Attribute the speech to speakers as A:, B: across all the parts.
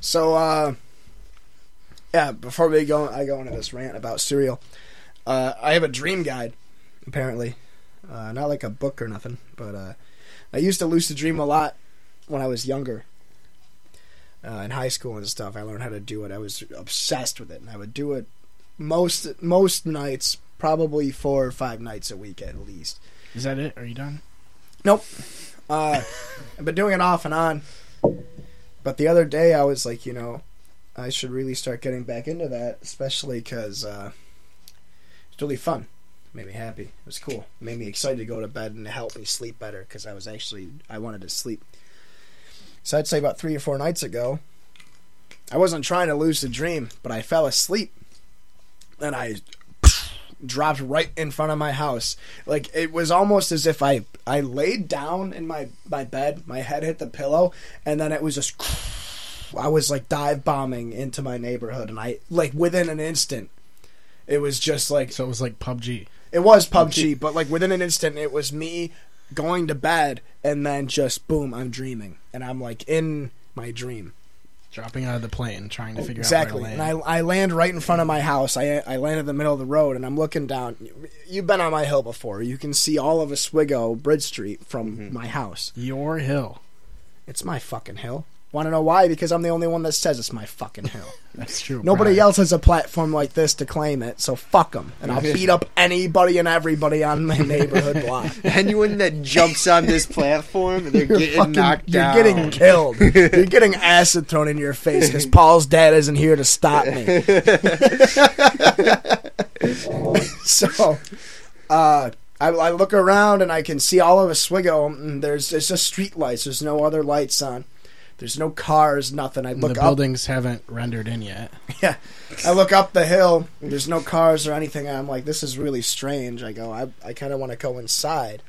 A: So, uh, yeah, before we go, I go into this rant about cereal. Uh, I have a dream guide, apparently, uh, not like a book or nothing, but uh, I used to lucid dream a lot when I was younger. Uh, in high school and stuff, I learned how to do it. I was obsessed with it, and I would do it most most nights, probably four or five nights a week at least.
B: Is that it? Are you done?
A: Nope. Uh, I've been doing it off and on. But the other day, I was like, you know, I should really start getting back into that, especially because uh, it's really fun. It made me happy. It was cool. It made me excited to go to bed and it helped me sleep better because I was actually I wanted to sleep. So I'd say about three or four nights ago, I wasn't trying to lose the dream, but I fell asleep and I dropped right in front of my house. Like it was almost as if I I laid down in my my bed, my head hit the pillow, and then it was just I was like dive bombing into my neighborhood, and I like within an instant, it was just like
B: So it was like PUBG.
A: it was PUBG, but like within an instant, it was me going to bed, and then just boom, I'm dreaming, and I'm like in my dream
B: Dropping out of the plane, trying to figure
A: exactly.
B: out where to
A: And
B: land.
A: I, I land right in front of my house. I I land in the middle of the road, and I'm looking down. You've been on my hill before. You can see all of Oswego Bridge Street from
B: Mm-hmm.
A: my house.
B: Your hill.
A: It's my fucking hill. Want to know why? Because I'm the only one that says it's my fucking hill.
B: That's true.
A: Nobody
B: Brian.
A: else has a platform like this to claim it, so fuck them. And I'll beat up anybody and everybody on my neighborhood block.
C: Anyone that jumps on this platform, they're
A: You're
C: getting
A: fucking-
C: knocked down.
A: You're getting killed. you're getting acid thrown in your face because Paul's dad isn't here to stop me. so, uh, I, I look around and I can see all of Oswego. And there's it's just street lights. There's no other lights on. There's no cars, nothing. I
B: And the
A: look up.
B: buildings haven't rendered in yet.
A: Yeah, I look up the hill. There's no cars or anything. And I'm like, this is really strange. I go, I, I kind of want to go inside.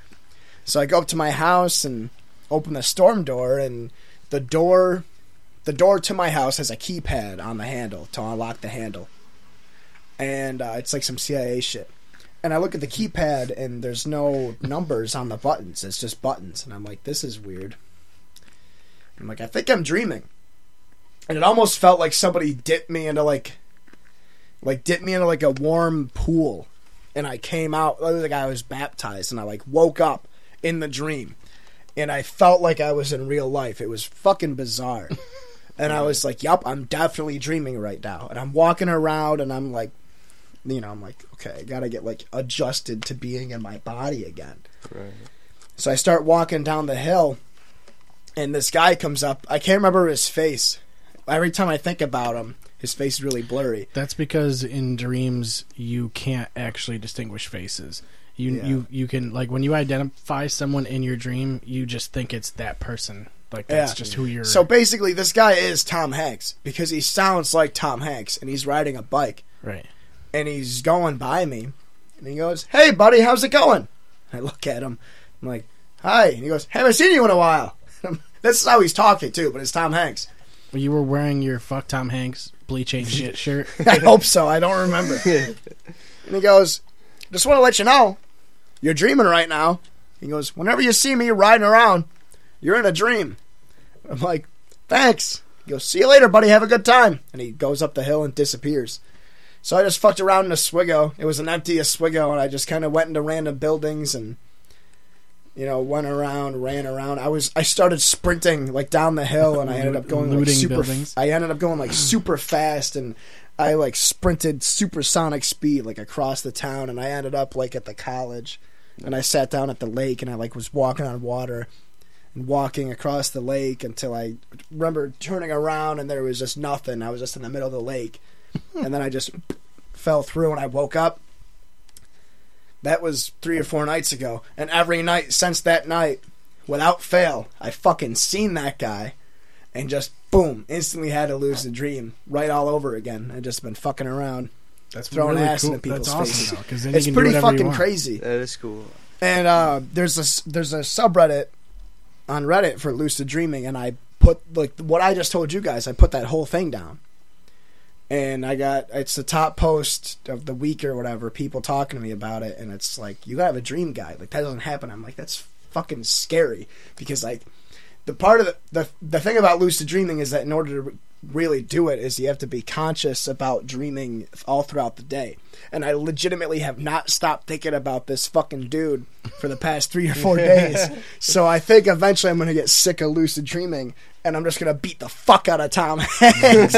A: So I go up to my house and open the storm door, and the door, the door to my house has a keypad on the handle to unlock the handle, and uh, it's like some CIA shit. And I look at the keypad, and there's no numbers on the buttons. It's just buttons, and I'm like, this is weird. I'm like, I think I'm dreaming and it almost felt like somebody dipped me into like like dipped me into like a warm pool and i came out it was like i was baptized and i like woke up in the dream and i felt like i was in real life it was fucking bizarre and i was like yup i'm definitely dreaming right now and i'm walking around and i'm like you know i'm like okay i gotta get like adjusted to being in my body again so I start walking down the hill, and this guy comes up. I can't remember his face. Every time I think about him, his face is really blurry.
B: That's because in dreams you can't actually distinguish faces. You
A: Yeah.
B: you you can like when you identify someone in your dream, you just think it's that person. Like
A: Yeah.
B: that's just who you're.
A: So basically, this guy is Tom Hanks because he sounds like Tom Hanks, and he's riding a bike,
B: right.
A: and he's going by me, and he goes, "Hey, buddy, how's it going?" I look at him. I'm like, "Hi," and he goes, "Haven't seen you in a while." That's how he's talking too, but it's Tom Hanks.
B: Well, you were wearing your fuck Tom Hanks bleach ain't shit shirt.
A: I hope so. I don't remember. and he goes, Just want to let you know, you're dreaming right now. He goes, Whenever you see me riding around, you're in a dream. I'm like, Thanks. He goes, See you later, buddy. Have a good time. And he goes up the hill and disappears. So I just fucked around in Oswego. It was an empty Oswego, and I just kind of went into random buildings and. You know, went around, ran around. I was, I started sprinting like down the hill, and I ended up going like
B: Looting
A: super.
B: buildings.
A: I ended up going like super fast, and I like sprinted supersonic speed like across the town, and I ended up like at the college, and I sat down at the lake, and I like was walking on water, and walking across the lake until I remember turning around, and there was just nothing. I was just in the middle of the lake,
B: Hmm.
A: and then I just fell through, and I woke up. That was three or four nights ago, and every night since that night, without fail, I fucking seen that guy and just boom, instantly had to lose the dream right all over again. I just been fucking around.
B: That's
A: Throwing ass into people's
B: That's awesome,
A: faces.
B: though, 'cause then you
A: it's
B: can do
A: pretty
B: whatever you
A: fucking
B: want.
A: crazy.
C: That is cool.
A: And uh, there's a s- there's a subreddit on Reddit for lucid dreaming, and I put like what I just told you guys. I put that whole thing down, and I got it's the top post of the week or whatever. People talking to me about it, and it's like you gotta have a dream guide. Like that doesn't happen. I'm like that's fucking scary because like the part of the the, the thing about lucid dreaming is that in order to really do it is you have to be conscious about dreaming all throughout the day. And I legitimately have not stopped thinking about this fucking dude for the past three or four days. So I think eventually I'm going to get sick of lucid dreaming and I'm just going to beat the fuck out of Tom Hanks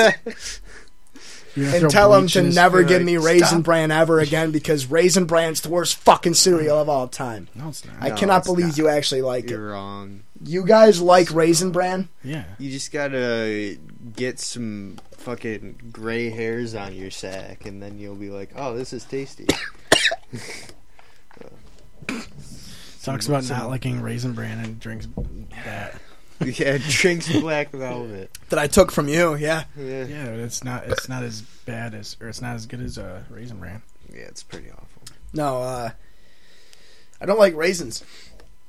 B: You're gonna
A: and
B: throw
A: tell him
B: bleach
A: to
B: in his-
A: never
B: you're
A: give
B: like,
A: me Raisin
B: "Stop."
A: Bran ever again because Raisin Bran's the worst fucking cereal of all time.
B: No, it's not.
A: I
C: No,
A: cannot
C: it's
A: believe
C: not.
A: you actually like it.
C: You're wrong.
A: You guys like Raisin Bran?
B: yeah.
C: You just gotta get some fucking gray hairs on your sack, and then you'll be like, "Oh, this is tasty."
B: Talks about not liking raisin bran and drinks that.
C: yeah, drinks black velvet.
A: That I took from you, yeah.
C: Yeah, yeah,
B: Yeah, but it's not. It's not as bad as, or it's not as good as uh, raisin bran.
C: it's pretty awful.
A: No, uh, I don't like raisins.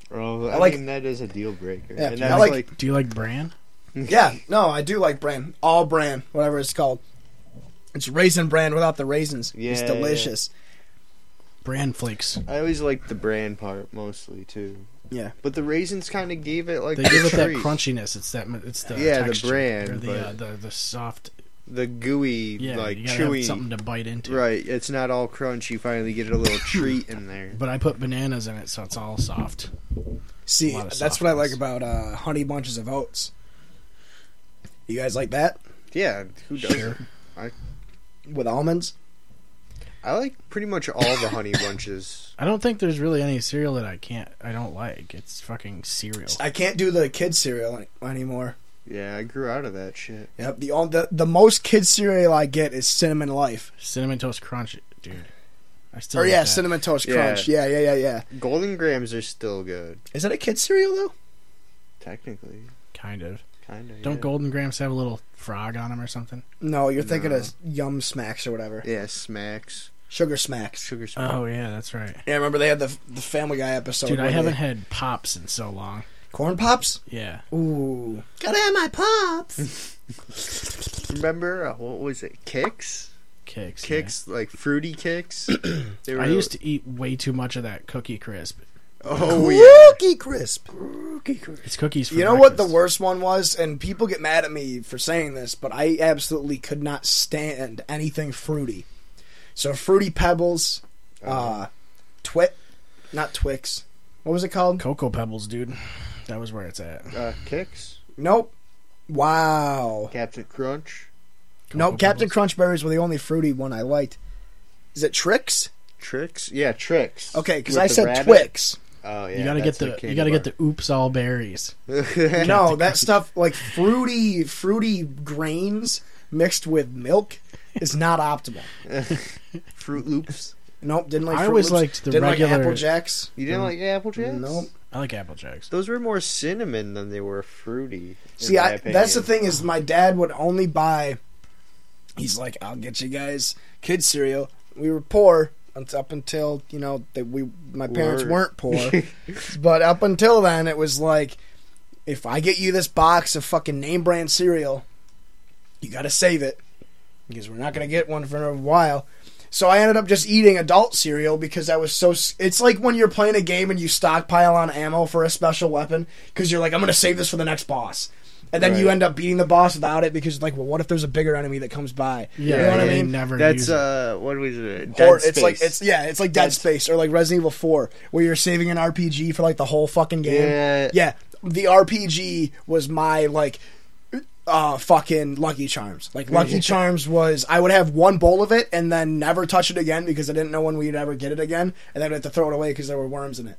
C: Bro, I,
A: I like-
C: mean that is a deal breaker.
A: Yeah,
C: and
A: I
C: that's
A: like-
C: like,
B: Do you like bran?
A: Yeah, no, I do like bran. All bran, whatever it's called. It's raisin bran without the raisins. it's
C: Yeah,
A: delicious.
B: Bran flakes.
C: I always liked the bran part mostly too.
A: Yeah.
C: but the raisins kind of gave it like
B: They
C: the
B: give it that
C: treat.
B: crunchiness. It's that. It's the
C: Yeah, the
B: texture,
C: bran,
B: or the,
C: but-
B: uh, the the soft.
C: the gooey,
B: Yeah,
C: like
B: you gotta have
C: chewy.
B: something to bite into.
C: Right, it's not all crunch. You finally get a little treat in there.
B: But I put bananas in it, so it's all soft.
A: See,
B: A lot of
A: that's what I like
B: softness.
A: about uh, honey bunches of oats. You guys like that
C: Yeah, who doesn't?
B: Sure.
A: with almonds?
C: I like pretty much all the honey bunches.
B: I don't think there's really any cereal that I can't. I don't like. It's fucking cereal.
A: I can't do the kid cereal any- anymore.
C: Yeah, I grew out of that shit.
A: Yep, the, on- the the most kid cereal I get is cinnamon life.
B: Cinnamon toast crunch, dude. I still.
A: Or
B: like
A: yeah,
B: that.
A: cinnamon toast
C: Oh, Yeah.
A: crunch. Yeah, yeah, yeah, yeah.
C: Golden grams are still good,
A: Is that a kid cereal though?
C: technically.
B: Kind of.
C: Kind of.
B: Don't
C: yeah.
B: Golden Grams have a little frog on them or something?
A: No, you're thinking
C: No.
A: of Yum Smacks or whatever.
C: Yeah, smacks,
A: Sugar Smacks.
C: sugar smacks.
B: Oh yeah, that's right.
A: Yeah, I remember they had the the Family Guy episode.
B: Dude, I
A: where
B: haven't
A: they-
B: had pops in so long.
A: corn pops.
B: Yeah.
A: Ooh, gotta have my pops.
C: Remember uh, what was it? Kicks,
B: Kicks. yeah.
C: kicks like fruity kicks. they
B: I used to eat way too much of that cookie crisp.
C: Oh yeah.
A: Cookie crisp. Cookie crisp.
B: It's cookies for
A: You know what the
B: breakfast.
A: worst one was, and people get mad at me for saying this, but I absolutely could not stand anything fruity. So fruity pebbles, uh, twit, not Twix. What was it called?
B: Cocoa Pebbles, dude. That was where it's at.
C: Uh, kicks,
A: Nope. Wow.
C: Captain Crunch,
A: Nope.
B: Cocoa
A: Captain
B: Pebbles.
A: Crunch berries were the only fruity one I liked. Is it Trix?
C: tricks. Yeah, tricks.
A: Okay, because
C: With
A: I
C: the
A: said
C: rabbit.
A: Twix.
C: Oh yeah,
B: you gotta get the, you gotta get the oops all berries.
C: the.
A: No, that stuff like fruity, fruity grains mixed with milk is not optimal.
C: Fruit Loops.
A: Nope, didn't like.
B: I
A: Froot
B: always
A: Loops.
B: liked the
A: didn't like
B: regular-
A: Apple Jacks.
C: You didn't like Apple Jacks?
A: Nope.
B: I like apple jacks.
C: Those were more cinnamon than they were fruity. in
A: See,
C: my
A: I, that's the
C: opinion.
A: thing is, my dad would only buy. He's like, I'll get you guys kid cereal. We were poor un- up until you know that we my parents
C: Word.
A: weren't poor, but up until then it was like, if I get you this box of fucking name brand cereal, you got to save it because we're not gonna get one for a while. So I ended up just eating adult cereal because I was so. s- It's like when you're playing a game and you stockpile on ammo for a special weapon because you're like, I'm gonna save this for the next boss, and then you
C: Right.
A: end up beating the boss without it because like, well, what if there's a bigger enemy that comes by?
B: Yeah,
A: you know what I
B: they
A: mean.
B: never
C: That's
B: use
C: uh, what was it?
A: Or
C: Dead
A: it's like
C: Space.
A: it's yeah, it's like Dead
C: Dead
A: Space or like Resident Evil Four, where you're saving an RPG for like the whole fucking game.
C: Yeah.
A: yeah. The RPG was my like uh fucking Lucky Charms. Like Lucky Charms was I would have one bowl of it and then never touch it again because I didn't know when we'd ever get it again, and then I'd have to throw it away because there were worms in it.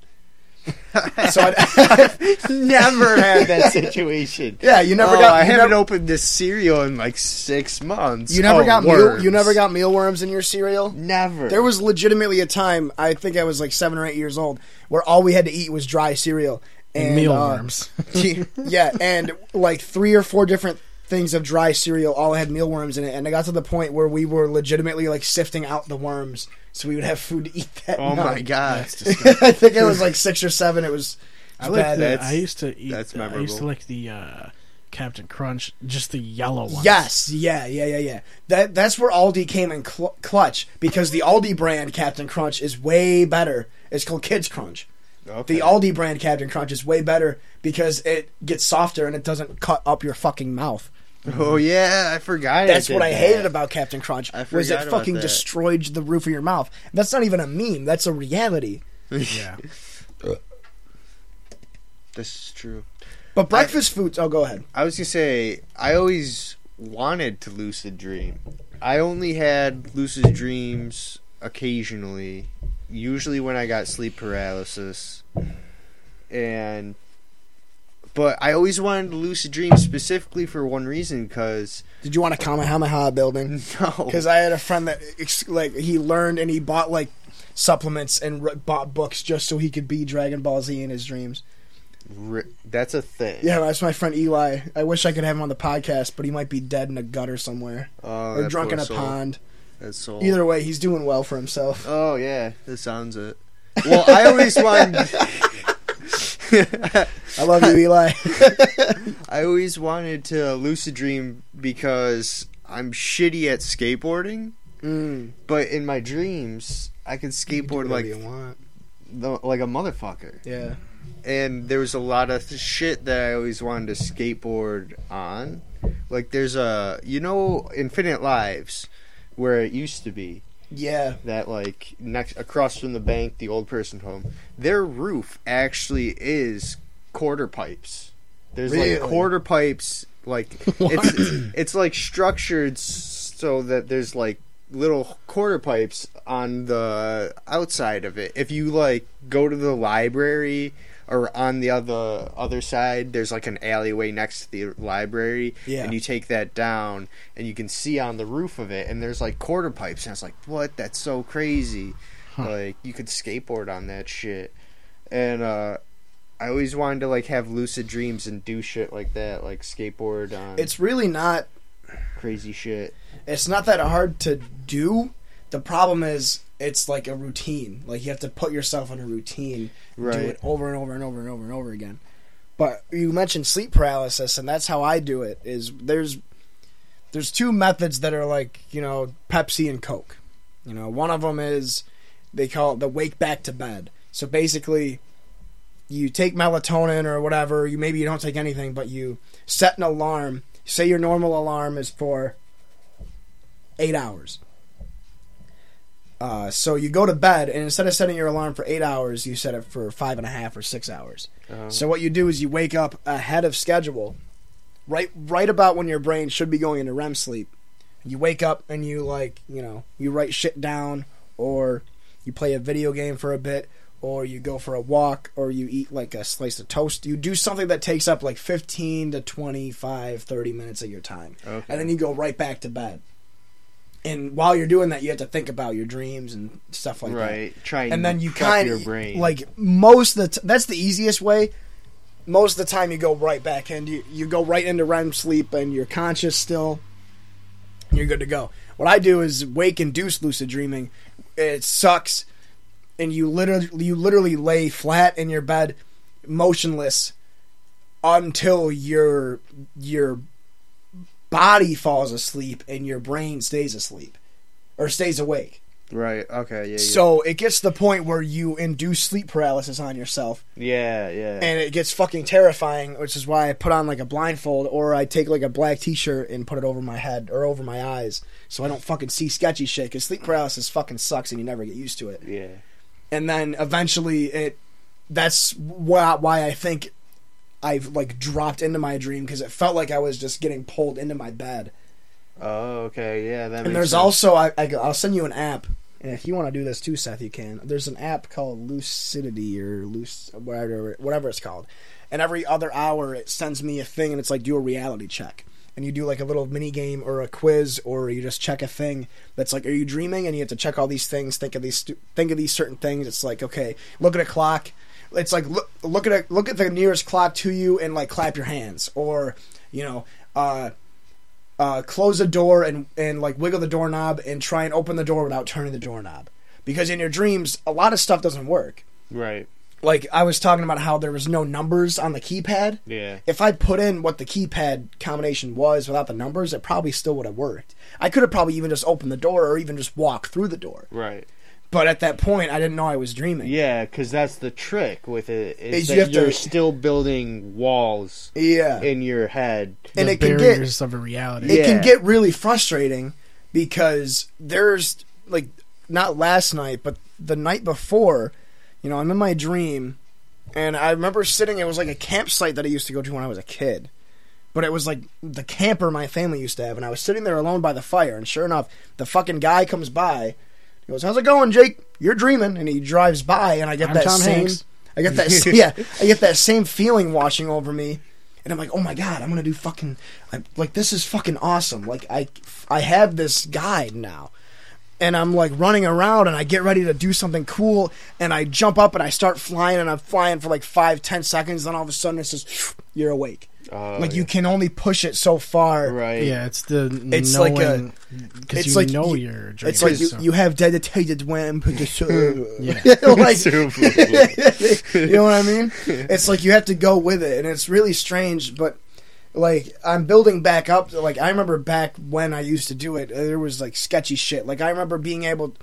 A: so I'd,
C: never had that situation.
A: yeah, you never
C: Oh,
A: got.
C: I
A: you
C: haven't
A: never-
C: opened this cereal in like six months.
A: You never
C: Oh,
A: got meal,
C: worms.
A: you never got mealworms in your cereal.
C: never.
A: There was legitimately a time I think I was like seven or eight years old where all we had to eat was dry cereal and
B: mealworms.
A: uh, yeah, and like three or four different things of dry cereal all had mealworms in it, and I got to the point where we were legitimately like sifting out the worms so we would have food to eat that.
C: Oh
A: night.
C: my god!
B: That's disgusting.
A: I think I was like six or seven. It was.
B: I like
A: bad.
B: the,
C: That's-
B: I used to eat.
C: that's
B: I used to
C: memorable.
B: like the uh, Captain Crunch, just the yellow one.
A: Yes, yeah, yeah, yeah, yeah. That that's where Aldi came in cl- clutch because the Aldi brand Captain Crunch is way better. It's called Kids Crunch.
C: Okay.
A: The Aldi brand Captain Crunch is way better because it gets softer and it doesn't cut up your fucking mouth.
C: Oh yeah, I forgot.
A: That's what
C: did
A: I
C: that.
A: hated about Captain Crunch
C: I
A: was
C: forgot
A: it
C: about
A: fucking
C: that.
A: destroyed the roof of your mouth. That's not even a meme. That's a reality.
B: Yeah.
C: This is true.
A: But breakfast foods. Oh, go ahead.
C: I was gonna say I always wanted to lucid dream. I only had lucid dreams occasionally, usually when I got sleep paralysis, and but I always wanted to lucid dream specifically for one reason because
A: Did you want a Kamehameha building?
C: no,
A: Because I had a friend that ex- like he learned and he bought like supplements and r- bought books just so he could be Dragon Ball Z in his dreams.
C: ri- that's a thing.
A: Yeah, that's my friend Eli. I wish I could have him on the podcast, but he might be dead in a gutter somewhere
C: oh,
A: or
C: that
A: drunk
C: poor
A: in a
C: soul.
A: pond.
C: That's soul.
A: Either way, he's doing well for himself.
C: Oh yeah, that sounds it. Well, I always wanted.
A: I love you, Eli.
C: I always wanted to lucid dream because I'm shitty at skateboarding,
A: mm,
C: but in my dreams I could skateboard
A: whatever
C: like
A: you want.
C: the, like a motherfucker.
A: Yeah.
C: And there was a lot of th- shit that I always wanted to skateboard on. Like there's a you know Infinite Lives where it used to be
A: Yeah.
C: that like next across from the bank, the old person home, their roof actually is quarter pipes. There's
A: Really?
C: like quarter pipes, like it's it's like structured s- so that there's like little quarter pipes on the outside of it. If you like go to the library or on the other other side, there's like an alleyway next to the library,
A: Yeah.
C: and you take that down, and you can see on the roof of it, and there's like quarter pipes, and I was like, "What? That's so crazy!" Like you could skateboard on that shit, and uh, I always wanted to like have lucid dreams and do shit like that, like skateboard on
A: It's really not
C: crazy shit.
A: it's not that hard to do. The problem is it's like a routine. Like you have to put yourself in a routine, do
C: Right.
A: it over and over and over and over and over again. But you mentioned sleep paralysis, and that's how I do it. Is there's there's two methods that are like you know Pepsi and Coke. You know, one of them is they call it the wake back to bed. So basically, you take melatonin or whatever. You maybe you don't take anything, but you set an alarm. Say your normal alarm is for eight hours. Uh, so you go to bed, and instead of setting your alarm for eight hours, you set it for five and a half or six hours.
C: Um,
A: So what you do is you wake up ahead of schedule, right right about when your brain should be going into REM sleep. You wake up and you like you know you write shit down, or you play a video game for a bit, or you go for a walk, or you eat like a slice of toast. You do something that takes up like 15 to 25, 30 minutes of your time,
C: Okay.
A: and then you go right back to bed. And while you're doing that, you have to think about your dreams and stuff like that
C: right, try and,
A: and then you
C: fuck
A: kind
C: your brain
A: of like most of the t- that's the easiest way. Most of the time, you go right back and you you go right into REM sleep, and you're conscious still. and You're good to go. What I do is wake induce lucid dreaming. It sucks, and you literally you literally lay flat in your bed, motionless, until your your body falls asleep and your brain stays asleep or stays awake.
C: right. Okay, yeah, yeah.
A: So it gets to the point where you induce sleep paralysis on yourself,
C: yeah, yeah.
A: and it gets fucking terrifying. Which is why I put on like a blindfold, or I take like a black T-shirt and put it over my head or over my eyes, so I don't fucking see sketchy shit. Because sleep paralysis fucking sucks, and you never get used to it.
C: yeah.
A: And then eventually, it that's why why I think I've like dropped into my dream because it felt like I was just getting pulled into my bed.
C: Oh, okay, yeah. That
A: And
C: makes
A: there's
C: sense.
A: also I, I I'll send you an app, and if you want to do this too, Seth, you can. There's an app called Lucidity or Luce whatever whatever it's called, and every other hour it sends me a thing, and it's like do a reality check, and you do like a little mini game or a quiz, or you just check a thing that's like are you dreaming, and you have to check all these things, think of these stu- think of these certain things. It's like okay, look at a clock. It's like look look at a, look at the nearest clock to you and like clap your hands, or you know. uh uh, close a door and and like wiggle the doorknob and try and open the door without turning the doorknob because in your dreams a lot of stuff doesn't work
C: right.
A: like i was talking about how there was no numbers on the keypad
C: Yeah.
A: if i put in what the keypad combination was without the numbers it probably still would have worked i could have probably even just opened the door or even just walked through the door
C: Right.
A: But at that point, I didn't know I was dreaming.
C: Yeah, because that's the trick with it is,
A: Is
C: that
A: you have to-
C: you're still building walls
A: Yeah.
C: in your head.
B: The
A: and it can get
B: barriers of a reality.
A: it can
C: Yeah.
A: get really frustrating because there's like not last night but the night before you know i'm in my dream and i remember sitting it was like a campsite that i used to go to when i was a kid but it was like the camper my family used to have and i was sitting there alone by the fire and sure enough the fucking guy comes by he goes how's it going jake you're dreaming and he drives by and i get
B: I'm
A: that
B: Tom
A: same
B: Hanks.
A: i get that s- yeah i get that same feeling washing over me and I'm like, oh my god, I'm gonna do fucking I'm, like this is fucking awesome. Like I I have this guide now, and I'm like running around and I get ready to do something cool and I jump up and I start flying and I'm flying for like five ten seconds. Then all of a sudden it says you're awake.
C: Oh,
A: like you can only push it so far.
C: right?
B: Yeah, it's the
A: It's
B: knowing,
A: like a-
B: because
A: it's
B: you
A: like
B: know
A: you-
B: you're dreaming.
A: It's like you,
B: so-
A: you have dedicated when
B: Yeah.
A: like
C: So-
A: you know what I mean? It's like you have to go with it, and it's really strange. But like I'm building back up. to- Like I remember back when I used to do it, uh, there was like sketchy shit. Like I remember being able,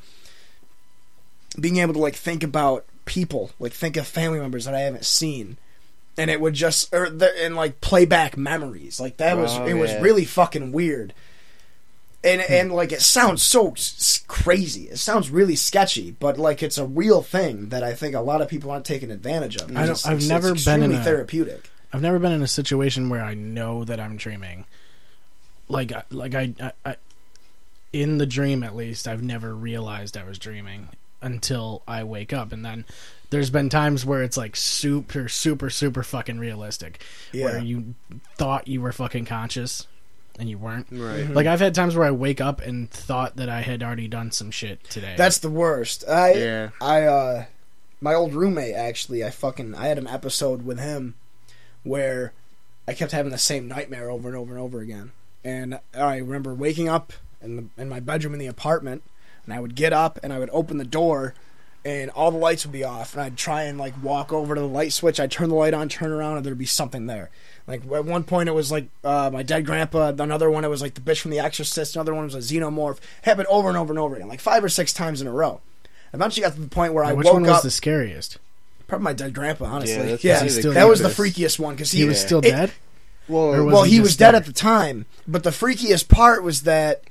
A: being able to like think about people, like think of family members that I haven't seen, and it would just or the, and like play back memories. Like that was
C: Oh,
A: it was
C: yeah.
A: really fucking weird. And,
B: Hmm.
A: and like it sounds so s- s- crazy. It sounds really sketchy, but like it's a real thing that I think a lot of people aren't taking advantage of.
B: I don't-
A: It's-
B: I've
A: it's-
B: never
A: it's
B: been in
A: extremely
B: a-
A: therapeutic.
B: I've never been in a situation where I know that I'm dreaming. Like, I- like I, I, I, in the dream at least, I've never realized I was dreaming until I wake up, and then there's been times where it's like super, super, super fucking realistic,
A: Yeah.
B: where you thought you were fucking conscious and you weren't.
C: Right.
A: Mm-hmm.
B: Like I've had times where I wake up and thought that I had already done some shit today.
A: That's the worst. I
C: Yeah.
A: I uh my old roommate actually I fucking I had an episode with him where I kept having the same nightmare over and over and over again. And I remember waking up in the, in my bedroom in the apartment and I would get up and I would open the door and all the lights would be off and I'd try and like walk over to the light switch. I'd turn the light on, turn around and there'd be something there. Like at one point it was like uh, my dead grandpa, another one it was like the bitch from the exorcist, another one was a xenomorph. Happened over and over and over again, like five or six times in a row. Eventually got to the point where I
B: Now, which
A: woke
B: one was
A: up
B: the scariest?
A: Probably my dead grandpa, honestly.
C: Yeah,
A: Yeah,
C: that's probably
B: the
A: that was the
C: creepiest.
A: freakiest one because he,
B: He was
C: Yeah.
B: still
A: it-
B: dead.
C: Well,
B: was
A: well,
B: he
A: he
B: just
A: was dead
B: dead?
A: at the time, but the freakiest part was that,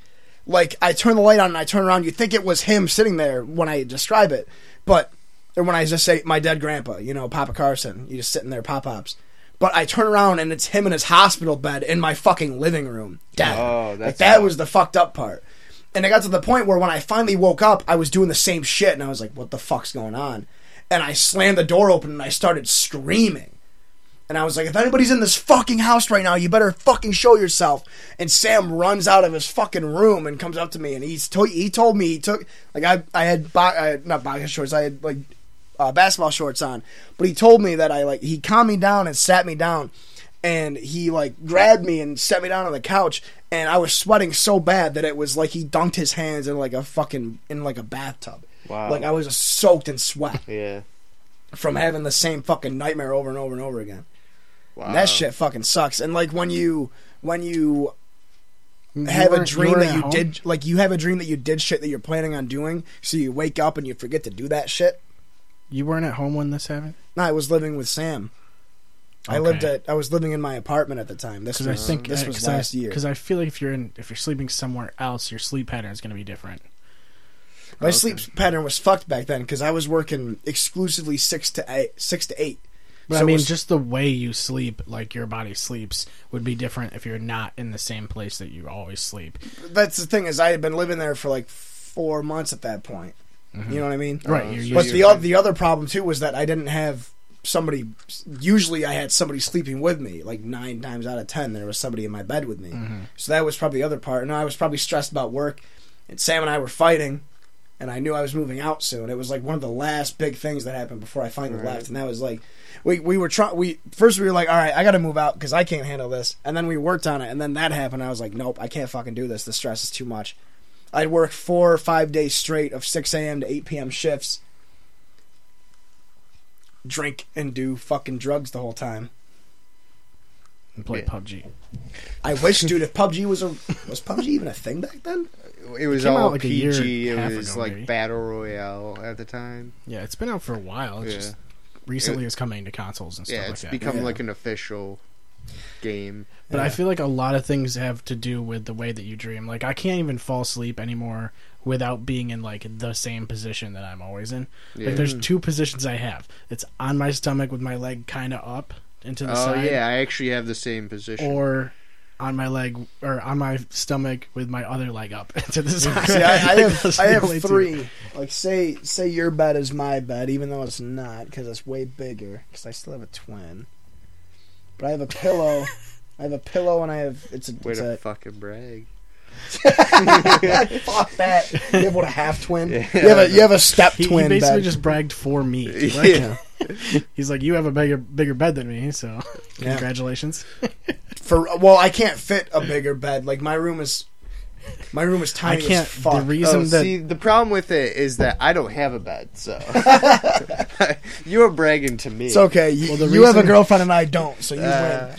A: like, I turn the light on and I turn around. You think it was him sitting there when I describe it, but or when I just say my dead grandpa, you know, Papa Carson, you just sitting there, pop pops. But I turn around and it's him in his hospital bed in my fucking living room, dead.
C: Oh,
A: like
C: that's
A: that
C: wild.
A: was the fucked up part. And I got to the point where when I finally woke up, I was doing the same shit, and I was like, "What the fuck's going on?" And I slammed the door open and I started screaming. And I was like, if anybody's in this fucking house right now, you better fucking show yourself. And Sam runs out of his fucking room and comes up to me, and he's to- he told me he took like I I had bo- I, had- not boxing shorts, I had like uh, basketball shorts on, but he told me that I like he calmed me down and sat me down, and he like grabbed me and set me down on the couch, and I was sweating so bad that it was like he dunked his hands in like a fucking in like a bathtub,
C: Wow.
A: like I was just soaked in sweat
C: yeah.
A: from having the same fucking nightmare over and over and over again.
C: Wow.
B: Um,
A: That shit fucking sucks. And like when you when you
B: You
A: have a
B: weren't-
A: dream
B: weren't
A: that
B: at
A: you
B: home?
A: did like you have a dream that you did shit that you're planning on doing, so you wake up and you forget to do that shit.
B: You weren't at home when this happened.
A: No, I was living with Sam. I
B: Okay.
A: lived at I was living in my apartment at the time. This
B: Because
A: was
B: I think
A: this was last year.
B: Because I feel like if you're in, if you're sleeping somewhere else, your sleep pattern is going to be different.
A: My sleep pattern was fucked back then because I was working exclusively six to eight six to eight.
B: But
A: So
B: I
A: it
B: mean,
A: was-
B: just the way you sleep, like your body sleeps, would be different if you're not in the same place that you always sleep.
A: that's the thing is I had been living there for like four months at that point. You know what I mean?
B: Mm-hmm. Right,
C: Uh,
B: you're
C: so
A: But
B: used-
A: the oth- the other problem too was that I didn't have somebody. Usually, I had somebody sleeping with me. Like nine times out of ten, there was somebody in my bed with me.
B: Mm-hmm.
A: So that was probably the other part. And I was probably stressed about work. And Sam and I were fighting, and I knew I was moving out soon. It was like one of the last big things that happened before I finally
C: Right.
A: left. And that was like, we we were trying. We first we were like, all right, I got to move out because I can't handle this. And then we worked on it, and then that happened. I was like, nope, I can't fucking do this. The stress is too much. I'd work four or five days straight of 6 a.m. to 8 p.m. shifts, drink and do fucking drugs the whole time.
B: and play
C: Yeah.
B: PUBG.
A: I wish, dude, if PUBG was a was PUBG even a thing back then?
C: It was
B: came out
C: all
B: like a year
C: PG.
B: and a half
C: it was
B: ago,
C: like
B: maybe.
C: battle royale at the time.
B: Yeah, it's been out for a while. It's
C: yeah,
B: just recently it's coming to consoles and stuff
C: yeah,
B: like
C: it's
B: that.
C: become
A: Yeah.
C: like an official game.
B: But
A: Yeah.
B: I feel like a lot of things have to do with the way that you dream. Like I can't even fall asleep anymore without being in like the same position that I'm always in.
C: Yeah.
B: Like there's two positions I have. It's on my stomach with my leg kind of up and to the
C: oh
B: side,
C: yeah, I actually have the same position.
B: or on my leg or on my stomach with my other leg up and to the side.
A: See, I, I
B: Like,
A: have
B: those
A: I
B: are the
A: have
B: only two.
A: three. Like say say your bed is my bed, even though it's not because it's way bigger. Because I still have a twin. But I have a pillow. I have a pillow, and I have it's a,
C: Way
A: it's
C: to
A: a
C: fucking brag.
A: fuck that. You have what a half twin.
C: Yeah.
A: You have a you have a step
B: He, he
A: twin.
B: basically
A: bed.
B: just bragged for me.
C: Yeah.
B: Like, He's like, you have a bigger bigger bed than me, so
A: Yeah.
B: congratulations.
A: for well, I can't fit a bigger bed. Like my room is my room is
B: I
A: tiny
B: can't.
A: as fuck.
B: The reason
C: Oh,
B: that
C: see, the problem with it is that I don't have a bed, so you are bragging to me.
A: it's okay. You,
B: Well, the
A: you have a
B: reason- Ah,
A: girlfriend and I don't, so you
C: Uh,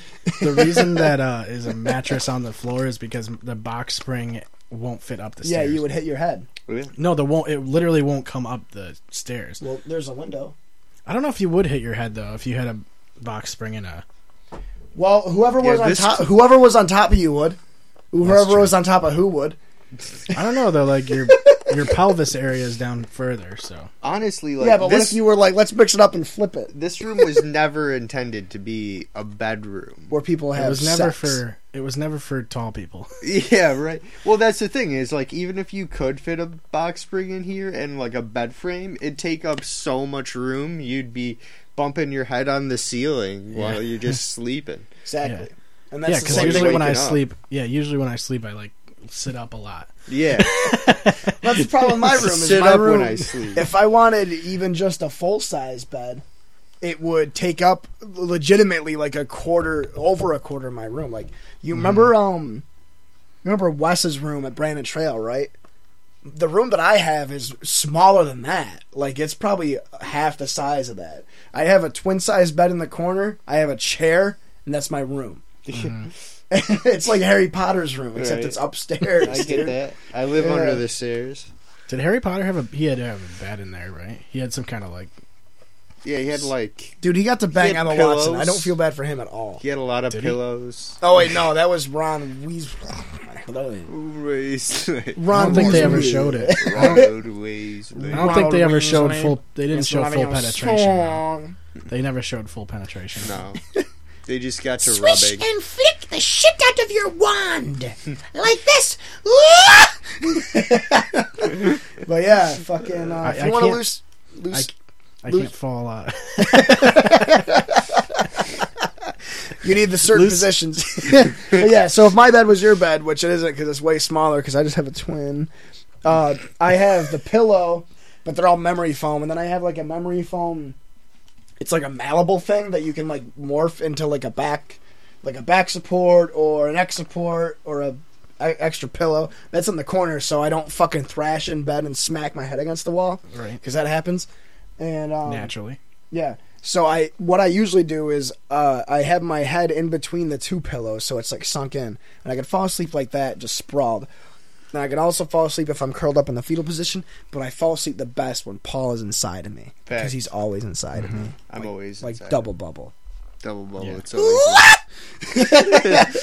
B: the reason that uh, is a mattress on the floor is because the box spring won't fit up the
A: win. Yeah,
B: stairs.
A: you would hit your head.
C: really?
B: No, the won't. It literally won't come up the stairs.
A: Well, there's a window.
B: I don't know if you would hit your head though if you had a box spring in a.
A: Well, whoever
C: Yeah,
A: was on
C: this-
A: top, whoever was on top of you would. Whoever
B: true.
A: was on top of who would.
B: I don't know though. Like your your pelvis area is down further, so
C: honestly, like
A: yeah, but what
C: this
A: if you were like, let's mix it up and flip it,
C: this room was never intended to be a bedroom.
A: where people have
B: it was never
A: sex.
B: for it was never for tall people.
C: Yeah, right. Well, that's the thing is like even if you could fit a box spring in here and like a bed frame, it'd take up so much room. You'd be bumping your head on the ceiling while you're just sleeping.
A: exactly. And
B: Yeah,
A: that's the
B: because
A: same
C: you're
B: usually
A: thing.
B: when I
C: waking up.
B: sleep, yeah, usually when I sleep, I like sit up a lot.
C: Yeah,
A: That's the problem. with My room is
C: sit
A: my
C: up
A: room.
C: when I sleep.
A: if I wanted even just a full size bed, it would take up legitimately like a quarter, over a quarter of my room. Like
C: Mm-hmm.
A: you remember, um, remember Wes's room at Brandon Trail, right? The room that I have is smaller than that. Like it's probably half the size of that. I have a twin size bed in the corner. I have a chair, and that's my room. it's like Harry Potter's room, except
C: Right.
A: it's upstairs.
C: I get
A: dude.
C: that. I live
A: Yeah.
C: under the stairs.
B: Did Harry Potter have a? He had to have a bed in there, right? He had some kind of like.
C: Yeah, he had like
A: Dude, he got to bang
C: Get
A: Emma Watson. I
C: pillows.
A: don't feel bad for him at all.
C: he had a lot of
B: Did he?
C: pillows.
A: Oh wait, no, that was Ron Weas. Ron
C: Ways,
B: I don't think they ever
A: Weasley.
B: showed it.
C: roadways.
B: I
C: man.
B: don't think they ever
A: Ronald
B: showed
A: Weasley.
B: full. They didn't
A: It's
B: show
A: Ronnie
B: full
A: on
B: penetration. though.
A: song.
B: They never showed full penetration.
C: No, they just got to
A: Swish
C: rubbing.
A: and flick the shit out of your wand like this. but yeah, fucking. Uh,
B: I-
A: if
B: I
A: you want to
B: can't-
A: lose,
B: I,
A: lose,
B: c- I
A: Loose-
B: can't fall out.
A: you need the certain positions. but yeah, so if my bed was your bed, which it isn't because it's way smaller, because I just have a twin. Uh, I have the pillow, but they're all memory foam, and then I have like a memory foam. It's like a malleable thing that you can like morph into like a back, like a back support or an X support or a e- extra pillow. That's in the corner, so I don't fucking thrash in bed and smack my head against the wall
B: right.
A: because that happens. And um,
B: Naturally.
A: yeah. So I what I usually do is uh, I have my head in between the two pillows, so it's like sunk in, and I can fall asleep like that, just sprawled. And I can also fall asleep if I'm curled up in the fetal position, but I fall asleep the best when Paul is inside of me because
C: Fact.
A: he's always inside of me,
C: I'm always
A: like
C: inside.
A: double bubble.
C: double bubble.
B: Yeah.
C: It's always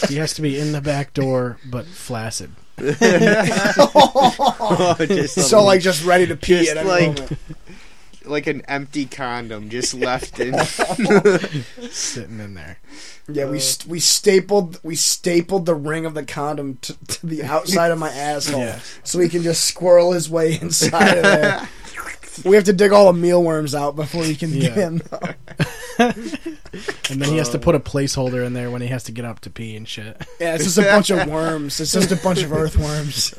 B: He has to be in the back door, but flaccid.
C: oh, just a
A: So like just ready to pee
C: Just
A: at any
C: like-
A: moment.
C: like an empty condom just left in.
B: Sitting in there.
A: Yeah, we st- we stapled we stapled the ring of the condom t- to the outside of my asshole,
B: Yeah.
A: so he can just squirrel his way inside of there. We have to dig all the mealworms out before he can get
B: Yeah.
A: in.
B: And then he has to put a placeholder in there when he has to get up to pee and shit.
A: Yeah, it's just a bunch of worms. It's just a bunch of earthworms.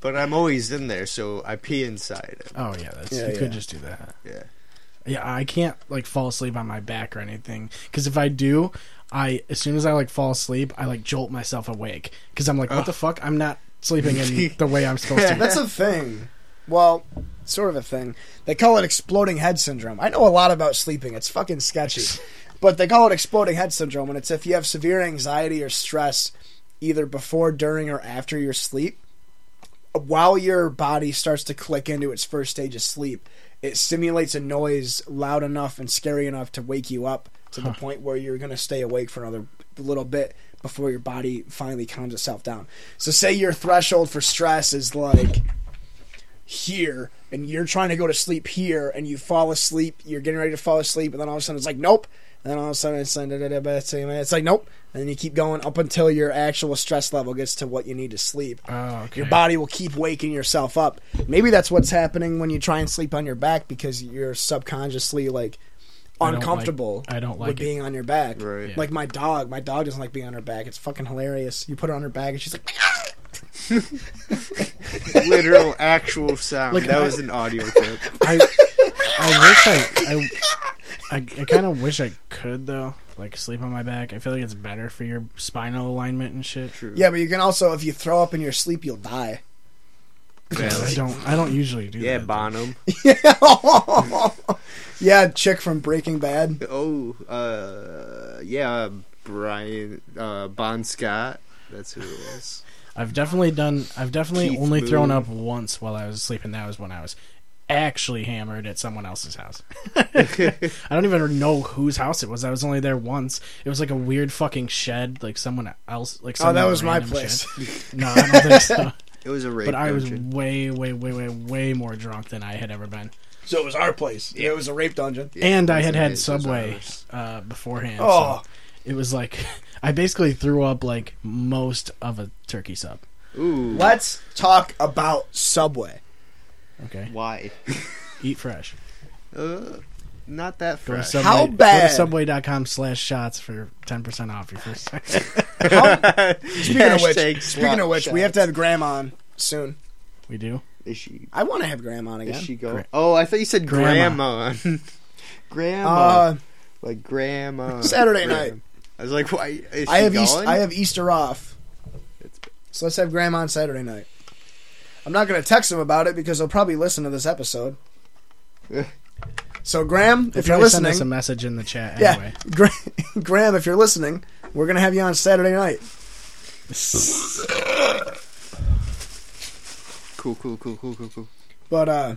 C: but I'm always in there, so I pee inside it.
B: Oh, yeah. That's,
A: Yeah,
B: you could
A: yeah.
B: just do that.
C: Yeah.
B: Yeah, I can't, like, fall asleep on my back or anything. Because if I do, I, as soon as I, like, fall asleep, I, like, jolt myself awake. Because I'm like, what the fuck? I'm not sleeping in the way I'm supposed to.
A: That's a thing. Well, sort of a thing. They call it exploding head syndrome. I know a lot about sleeping. It's fucking sketchy. But they call it exploding head syndrome, and it's if you have severe anxiety or stress either before, during, or after your sleep, while your body starts to click into its first stage of sleep, it simulates a noise loud enough and scary enough to wake you up to the point where you're going to stay awake for another little bit before your body finally calms itself down. So, say your threshold for stress is like here, and you're trying to go to sleep here, and you fall asleep, you're getting ready to fall asleep, and then all of a sudden it's like, nope. And then all of a sudden it's like, it's like, nope. And then you keep going up until your actual stress level gets to what you need to sleep.
B: Oh, okay.
A: Your body will keep waking yourself up. Maybe that's what's happening when you try and sleep on your back because you're subconsciously like
B: I don't like-
A: uncomfortable
B: I don't
A: with
B: like it.
A: being on your back.
C: Right. Yeah.
A: Like my dog, my dog doesn't like being on her back. It's fucking hilarious. You put her on her back and she's like,
C: Literal actual sound.
B: Like,
C: that
B: I-
C: was an audio clip.
B: I, I wish I, I, I, I kind of wish I could though. Like sleep on my back. I feel like it's better for your spinal alignment and shit.
C: True.
A: yeah, but you can also if you throw up in your sleep, you'll die.
B: I
C: Valid.
B: don't. I don't usually do
C: Yeah,
B: that.
C: Bonham.
A: yeah, chick from Breaking Bad.
C: Oh, uh, yeah, Brian, uh, Bon Scott. That's who it was.
B: I've definitely done. I've definitely
C: Keith
B: only thrown
C: Moon.
B: up once while I was sleeping. That was when I was actually hammered at someone else's house. I don't even know whose house it was. I was only there once. It was like a weird fucking shed. Like someone else. Like
A: Oh,
B: some
A: that was my
B: random
A: place.
B: shed. No, I don't think so.
C: It was a rape
B: but I was
C: dungeon.
B: way, way, way, way, way more drunk than I had ever been,
A: So it was our place. Yeah, it was a rape dungeon.
C: Yeah,
B: and I had
C: it wasn't
B: had
C: his, it was
B: Subway
C: ours.
B: uh, beforehand.
A: Oh.
B: so it was like I basically threw up like most of a turkey sub.
C: Ooh.
A: Let's talk about Subway.
B: Okay,
C: Why?
B: eat fresh.
C: Uh, not that
B: Go to
C: fresh.
B: Subway.
A: How
B: Go
A: bad?
B: to subway.com slash shots for 10% off your first
A: Speaking of which,
C: Hashtag
A: speaking of
C: slap
A: which, we have to
C: shots.
A: have Graham on soon.
B: We do?
C: Is she?
A: I want to have Graham on
C: Is
A: again.
C: she go?
B: Gra-
C: Oh, I thought you said
B: Grandma.
C: grandma. grandma,
A: Uh,
C: like grandma.
A: Saturday
C: Grandma.
A: night.
C: I was like, why? Is
A: I
C: she
A: have
C: going?
A: East, I have Easter off.
C: It's-
A: So let's have Graham on Saturday night. I'm not going to text him about it because he'll probably listen to this episode. so Graham, if,
B: If
A: you're
B: you send
A: listening,
B: us a message in the chat
A: yeah,
B: anyway.
A: Gra- Graham, if you're listening, we're going to have you on Saturday night.
C: Cool, cool, cool, cool, cool, cool.
A: But uh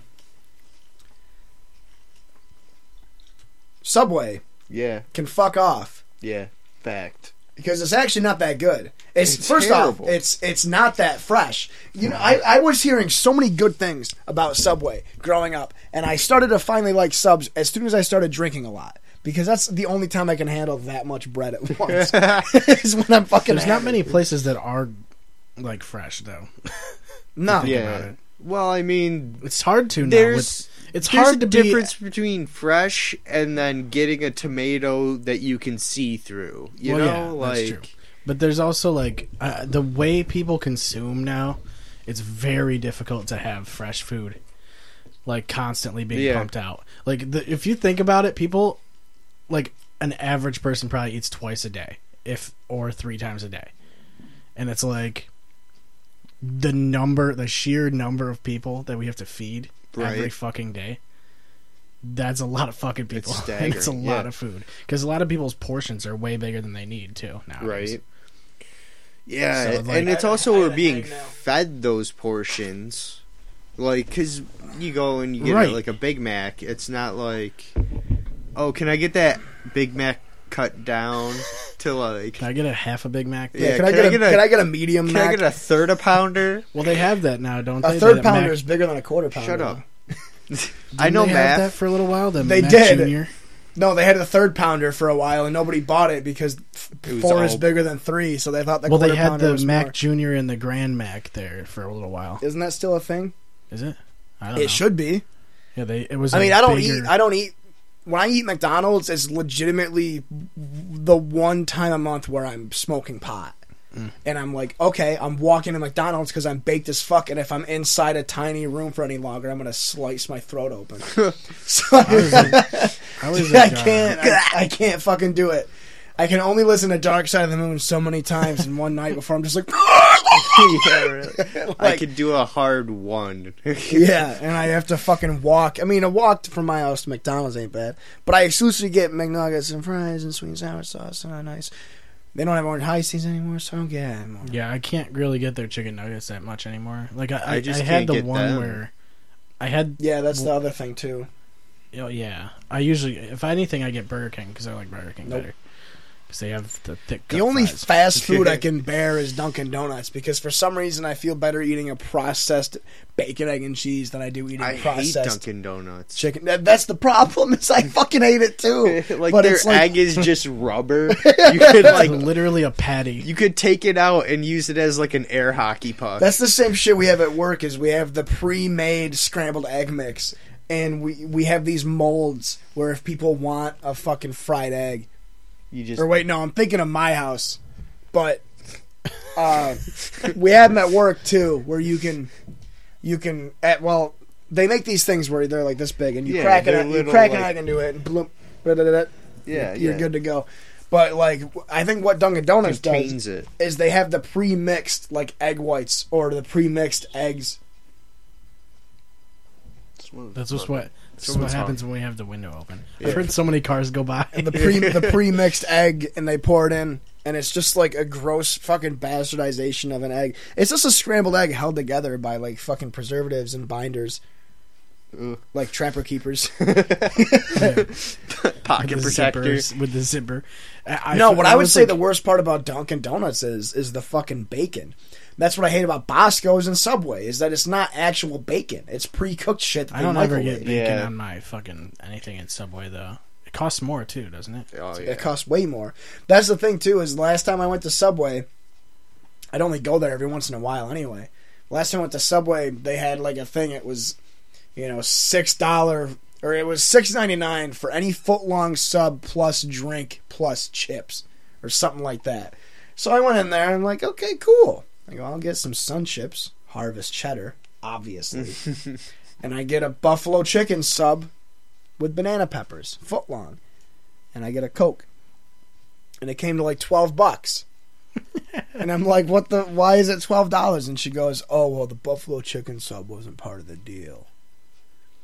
A: Subway
C: Yeah,
A: can fuck off.
C: yeah. Fact.
A: because it's actually not that good. It's,
C: It's
A: first
C: terrible.
A: off, it's it's not that fresh. You know, I, I was hearing so many good things about Subway growing up, and I started to finally like subs as soon as I started drinking a lot because that's the only time I can handle that much bread at once is when I'm fucking.
B: There's not
A: hammered.
B: many places that are like fresh though.
A: No,
B: Think about
C: Yeah.
B: it.
C: Well, I mean,
B: It's hard to now.
C: There's-
B: It's, it's
C: There's
B: hard
C: a
B: to be
C: difference between fresh and then getting a tomato that you can see through. You
B: Well, yeah,
C: know,
B: that's
C: like
B: true. But there's also like uh, the way people consume now. It's very difficult to have fresh food, like constantly being
C: Yeah.
B: pumped out. Like the, if you think about it, people, like an average person probably eats twice a day, if or three times a day, and it's like the number, the sheer number of people that we have to feed every
C: Right.
B: fucking day. That's a lot of fucking people.
C: It's
B: and it's a
C: staggering,
B: lot
C: yeah.
B: of food because a lot of people's portions are way bigger than they need to now.
C: right. Yeah,
B: So, like-
C: and it's
A: I-
C: also
A: I-
C: we're
A: I
C: being
A: know.
C: fed those portions. Like, cause you go and you get
B: Right.
C: a, like a Big Mac. It's not like, oh, can I get that Big Mac cut down to like,
B: Can I get a half a Big Mac?
A: Yeah,
C: Yeah,
A: can, I
C: can
A: get
C: I
A: a
C: get a-
A: can I get a medium
C: can
A: Mac?
C: I get a third a pounder?
B: Well, they have that now, don't
A: a
B: they?
A: third
B: That
A: pounder
B: Mac-
A: is bigger than a quarter pounder.
C: Shut up.
A: now.
C: I
B: Didn't
C: know
B: they
C: math.
B: Have that for a little while. Then
A: They
B: Mac
A: did.
B: Junior.
A: No, they had a third pounder for a while, and nobody bought it because
C: It was
A: four is
C: all-
A: bigger than three, so they thought the
B: Well,
A: quarter
B: they had
A: pounder
B: the
A: was
B: Mac
A: more.
B: Junior and the Grand Mac there for a little while.
A: Isn't that still a thing?
B: Is it? I don't
A: It
B: know.
A: should be.
B: Yeah, they. It was.
A: I
B: a
A: mean, I don't
B: bigger-
A: eat. I don't eat. When I eat McDonald's, it's legitimately the one time a month where I'm smoking pot,
B: Mm.
A: and I'm like, okay, I'm walking to McDonald's because I'm baked as fuck, and if I'm inside a tiny room for any longer, I'm gonna slice my throat open. so
B: I was a- I was uh,
A: I
B: a guy.
A: can't. I, I can't fucking do it. I can only listen to Dark Side of the Moon so many times in one night before I'm just like,
C: Yeah, right. I
A: Like-
C: could do a hard one.
A: yeah, and I have to fucking walk. I mean, a walk from my house to McDonald's ain't bad, but I exclusively get McNuggets and fries and sweet and sour sauce and a nice They don't have orange high seas anymore, so I don't get it anymore.
B: Yeah, I can't really get their chicken nuggets that much anymore. Like I, I,
C: I just
B: I had
C: can't
B: the
C: get
B: one
C: them.
B: where I had.
A: Yeah, that's the other thing too.
B: Oh yeah, I usually if anything I get Burger King because I like Burger King
A: Nope.
B: better because they have the thick.
A: The
B: cut
A: only
B: fries.
A: fast food I can bear is Dunkin' Donuts because for some reason I feel better eating a processed bacon, egg, and cheese than I do eating
C: I hate
A: processed
C: Dunkin' Donuts.
A: chicken. That, that's the problem. Is I fucking hate it too.
C: like
A: but
C: their
A: it's like
C: egg is just rubber. You could like
B: literally a patty.
C: you could take it out and use it as like an air hockey puck.
A: that's the same shit we have at work. Is we have the pre-made scrambled egg mix, and we we have these molds where if people want a fucking fried egg,
C: you just
A: Or wait, no, I'm thinking of my house, but uh, we have them at work too, where you can, you can at well, they make these things where they're like this big, and you
C: Yeah,
A: crack it,
C: they're
A: out- you
C: little,
A: crack an
C: like-
A: egg into it, and bloop, blah, blah, blah,
C: yeah,
A: you're
C: yeah.
A: good to go. But like, I think what Dunkin' Donuts does
C: contains it.
A: is they have the pre-mixed like egg whites or the pre-mixed eggs.
B: That's just what. That's
C: Someone's
B: what happens when we have the window open. I've heard so many cars go by.
A: the pre the pre-mixed egg and they pour it in and it's just like a gross fucking bastardization of an egg. It's just a scrambled egg held together by like fucking preservatives and binders.
C: Ugh.
A: Like trapper keepers.
C: Pocket
B: with the
C: protector.
B: zippers, with the zipper. I,
A: no, what I, would
B: was
A: say
B: like-
A: the worst part about Dunkin' Donuts is is the fucking bacon. That's what I hate about Bosco's and Subway is that it's not actual bacon. It's pre-cooked shit. That
B: I
A: they
B: don't ever
A: microwave.
B: get bacon
C: Yeah.
B: on my fucking anything at Subway though. It costs more too, doesn't it?
C: Oh
A: It
C: yeah.
A: costs way more. That's the thing too. Is last time I went to Subway, I'd only go there every once in a while anyway. Last time I went to Subway, they had like a thing. It was, you know, six dollar or it was six ninety nine for any foot long sub plus drink plus chips or something like that. So I went in there and I'm like, okay, cool. I go, I'll get some sun chips, harvest cheddar, obviously, and I get a buffalo chicken sub with banana peppers, foot long, and I get a coke, and it came to like twelve bucks. and I'm like, what the? Why is it twelve dollars? And she goes, oh well, the buffalo chicken sub wasn't part of the deal.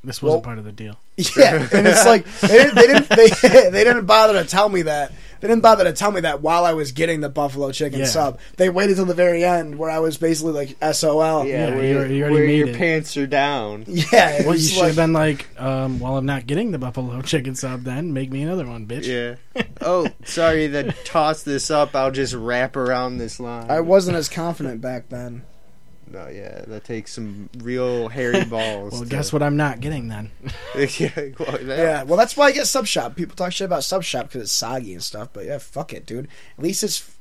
B: This wasn't
A: Well-
B: part of the deal.
A: Yeah, and it's like they didn't they didn't, they, they didn't bother to tell me that. They didn't bother to tell me that while I was getting the buffalo chicken
B: Yeah.
A: sub. They waited till the very end where I was basically like SOL.
C: Yeah,
B: Yeah,
C: where,
B: you already- you already
C: where
B: made
C: your
B: it.
C: pants are down.
A: yeah. it
B: Well, you
A: was
B: should
A: like-
B: have been like, um, well, I'm not getting the buffalo chicken sub. Then make me another one, bitch.
C: Yeah. Oh, sorry that tossed this up. I'll just wrap around this line.
A: I wasn't as confident back then.
C: No, yeah, that takes some real hairy balls.
B: Well, guess what? I'm not getting then.
C: what? yeah, well, that-
A: Yeah, well, that's why I get Sub Shop. People talk shit about Sub Shop because it's soggy and stuff, but yeah, fuck it, dude. At least it's f-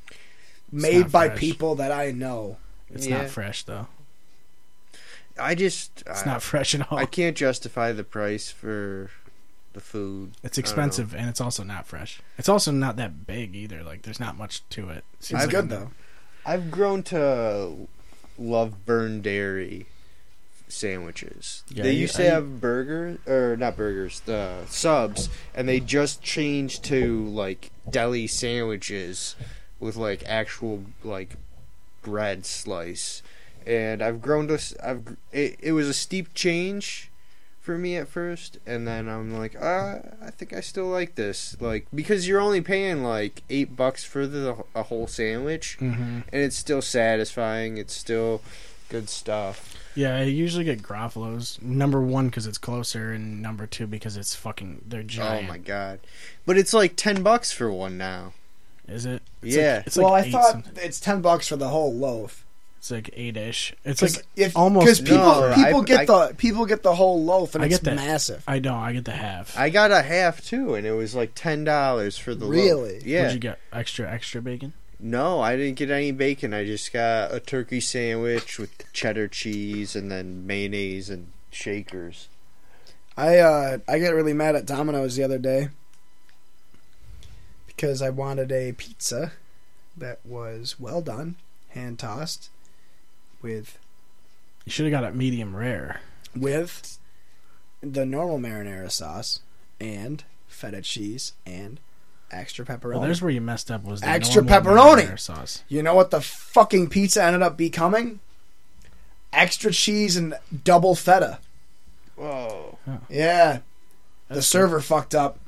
A: made
B: not
A: by
B: fresh.
A: people that I know.
B: It's
C: Yeah.
B: not fresh though.
C: I just
B: It's
C: I,
B: not fresh at all.
C: I can't justify the price for the food.
B: It's
C: I don't know.
B: expensive and it's also not fresh. It's also not that big either. Like there's not much to it. Seems
A: It's
C: I've-
B: like
A: good
B: a-
A: though.
C: I've grown to love Burn Dairy sandwiches.
B: Yeah,
C: they
B: you-
C: used to
B: I-
C: have burger or not burgers, the subs, and they just changed to like deli sandwiches with like actual like bread slice. And I've grown to s- I've gr- it, it was a steep change for me at first, and then I'm like, uh, I think I still like this, like because you're only paying like eight bucks for the a whole sandwich
B: Mhm.
C: and it's still satisfying. It's still good stuff.
B: Yeah, I usually get Groffalos. Number one because it's closer, and number two because it's fucking they're giant.
C: Oh my god! But it's like ten bucks for one now.
B: Is it? It's
C: Yeah.
B: Like, it's
A: well,
B: like
A: I
B: eight
A: thought
B: something.
A: it's ten bucks for the whole loaf.
B: it's like eight ish. It's
A: Cause
B: like
A: if,
B: almost-
A: because people
C: No, I-
A: people get
C: I-
A: the people get the whole loaf and
B: I
A: it's
B: get that.
A: massive.
B: I know I get the half.
C: I got a half too, and it was like ten dollars for the loaf.
A: Really?
B: Would
C: Yeah.
B: you get extra extra bacon?
C: No, I didn't get any bacon. I just got a turkey sandwich with cheddar cheese and then mayonnaise and shakers.
A: I uh I got really mad at Domino's the other day because I wanted a pizza that was well done, hand tossed, with
B: You should have got a medium rare.
A: with the normal marinara sauce and feta cheese and extra pepperoni.
B: Well, there's where you messed up. Was the
A: Extra
B: normal
A: pepperoni!
B: marinara sauce?
A: you know what the fucking pizza ended up becoming? Extra cheese and double feta.
C: Whoa!
A: Yeah, the
B: That's
A: server fucked up.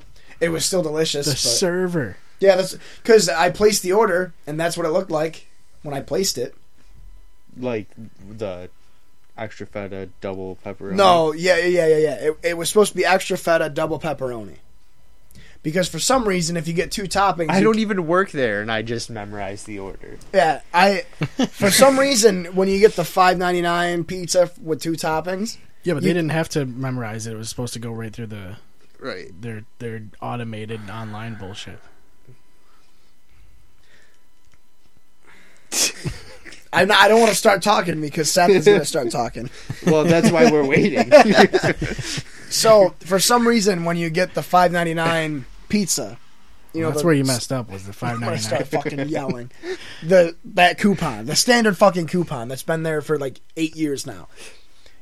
A: It was still delicious.
B: The
A: but-
B: server.
A: Yeah, that's because I placed the order, and that's what it looked like when I placed it.
C: Like the extra feta double pepperoni.
A: No, yeah, yeah, yeah, yeah. It, it was supposed to be extra feta, double pepperoni. Because for some reason, if you get two toppings,
C: I
A: you-
C: don't even work there, and I just memorized the order.
A: Yeah, I. For some reason, when you get the five ninety nine pizza f- with two toppings,
B: Yeah, but
A: You-
B: they didn't have to memorize it. It was supposed to go right through the
C: Right.
B: their their automated online bullshit.
A: I'm not, I don't want to start talking because Seth is going to start talking.
C: Well, that's why we're waiting.
A: So for some reason, when you get the five ninety nine pizza, you know
B: that's
A: the-
B: where you messed up was the five
A: I'm gonna
B: ninety nine.
A: start fucking yelling. The that coupon, the standard fucking coupon that's been there for like eight years now.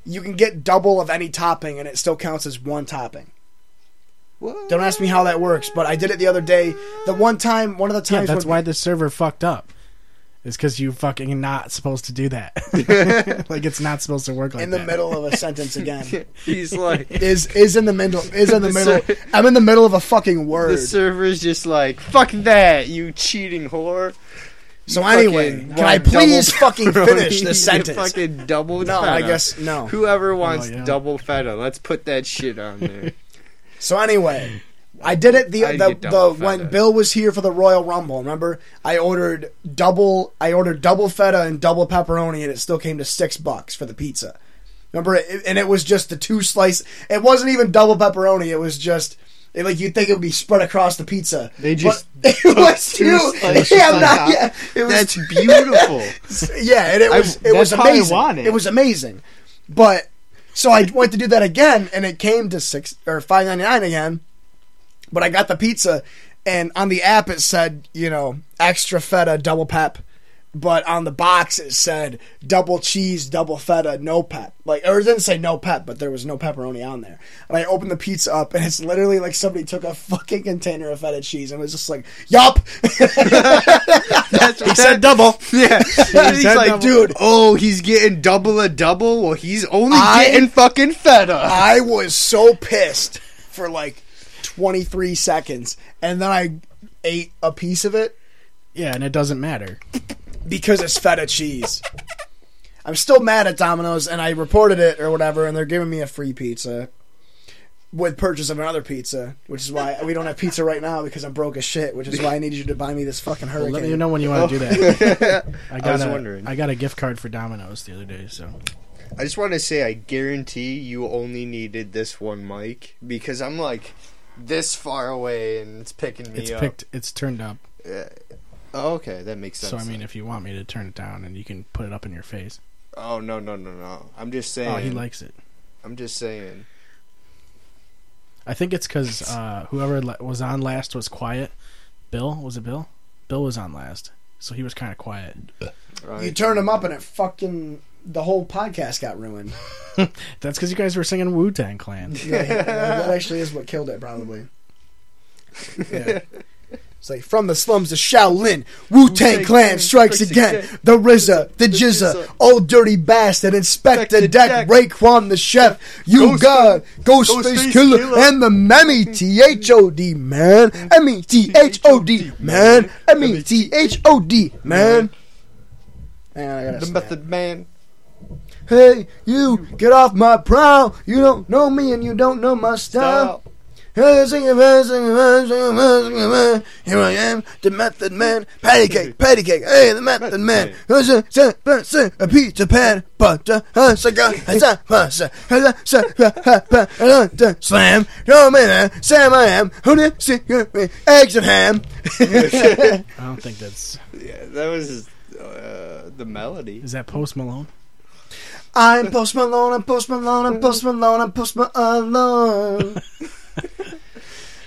A: You can get double of any topping, and it still counts as one topping. Don't ask me how that works, but I did it the other day. The one time, one of the
B: Yeah,
A: times,
B: that's
A: when-
B: why the server fucked up. It's because you fucking not supposed to do that. like it's not supposed to work like
A: in the
B: that.
A: middle of a sentence again.
C: He's like,
A: Is is in the middle? Is in the
C: The
A: middle?
C: ser-
A: I'm in the middle of a fucking
C: the
A: word.
C: server's just like, fuck that, you cheating whore.
A: So anyway,
C: Fucking
A: can
C: want
A: I please
C: double
A: fucking
C: pepperoni,
A: finish this
C: you
A: sentence?
C: Fucking double
A: No,
C: feta.
A: I guess no. Oh,
C: Whoever wants
B: yeah.
C: double feta, let's put that shit on there.
A: So anyway, I did it the
C: I
A: the,
C: get
A: the
C: double
A: when
C: feta.
A: Bill was here for the Royal Rumble. Remember, I ordered double I ordered double feta and double pepperoni, and it still came to six bucks for the pizza. Remember, it, and it was just the two slice. It wasn't even double pepperoni. It was just. It, like you'd think it would be spread across the pizza.
C: They just
A: but it was two.
C: two slices
A: Yeah,
C: on
A: not,
C: top.
A: yeah, it was
C: That's beautiful.
A: yeah, and it
C: I-
A: was it
C: that's
A: was
C: how I
A: amazing.
C: want it.
A: it was amazing, but so I went to do that again, and it came to six or five ninety nine again. But I got the pizza, and on the app it said you know extra feta double pep, but on the box it said double cheese double feta no pep. Like or it didn't say no pep, but there was no pepperoni on there. And I opened the pizza up, and it's literally like somebody took a fucking container of feta cheese and was just like, "Yup."
C: That's what
B: Said double.
C: Yeah, he's
B: said
C: like,
B: double.
C: dude. Oh, he's getting double a double. Well, he's only
A: I-
C: getting fucking feta.
A: I was so pissed for like 23 seconds, and then I ate a piece of it
B: Yeah, and it doesn't matter.
A: because it's feta cheese. I'm still mad at Domino's, and I reported it or whatever, and they're giving me a free pizza with purchase of another pizza, which is why we don't have pizza right now because I'm broke as shit, which is why I need you to buy me this fucking hurricane.
B: Let me know when you want to do
A: Oh.
B: that. I got
C: was
B: a-
C: wondering.
B: I got a gift card for Domino's the other day, so
C: I just want to say, I guarantee you only needed this one mic because I'm like this far away and it's picking me
B: it's
C: up.
B: picked. It's turned up.
C: oh, okay, that makes sense.
B: So I mean, if you want me to turn it down, and you can put it up in your face.
C: oh no, no, no, no. I'm just saying.
B: Oh, he likes it.
C: I'm just saying.
B: I think it's because uh, whoever la- was on last was quiet. Bill was it? Bill? Bill was on last, so he was kind of quiet.
A: You turned them up, and it fucking the whole podcast got ruined.
B: That's because you guys were singing Wu Tang Clan.
A: Yeah, yeah, that actually is what killed it, probably. Yeah. It's like from the slums of Shaolin, Wu Tang
C: Wu-Tang
A: Clan strikes again. The RZA, the Jizza,
C: Jizza.
A: old dirty bastard, Inspector
C: Inspector
A: Deck,
C: Deck,
A: Raekwon the chef, you
C: Ghost-
A: god, Ghostface
C: Ghostface
A: Killer,
C: Killer.
A: and the Mammy T H O D man, M E T H O D man, M E T H O D man. And I gotta
C: The
A: snap.
C: Method Man.
A: Hey, you, get off my prowl. You don't know me and you don't know my style. Hey, sing it, man, sing it, man, sing it, man, sing it, man. Here I am, the method man. Patty cake, patty cake, hey, the method man. Uh, sing, sing, uh, sing, A pizza pan, butter, uh, sugar, uh, sa- uh, sa- uh, sa- uh, uh, uh, uh, uh, slam. No man, uh, Sam I am. Who did see you? Eggs and ham.
B: I don't think that's
C: Yeah, that was uh, the melody.
B: is that Post Malone.
A: I'm Post Malone, I'm Post Malone, I'm Post Malone, I'm Post Malone.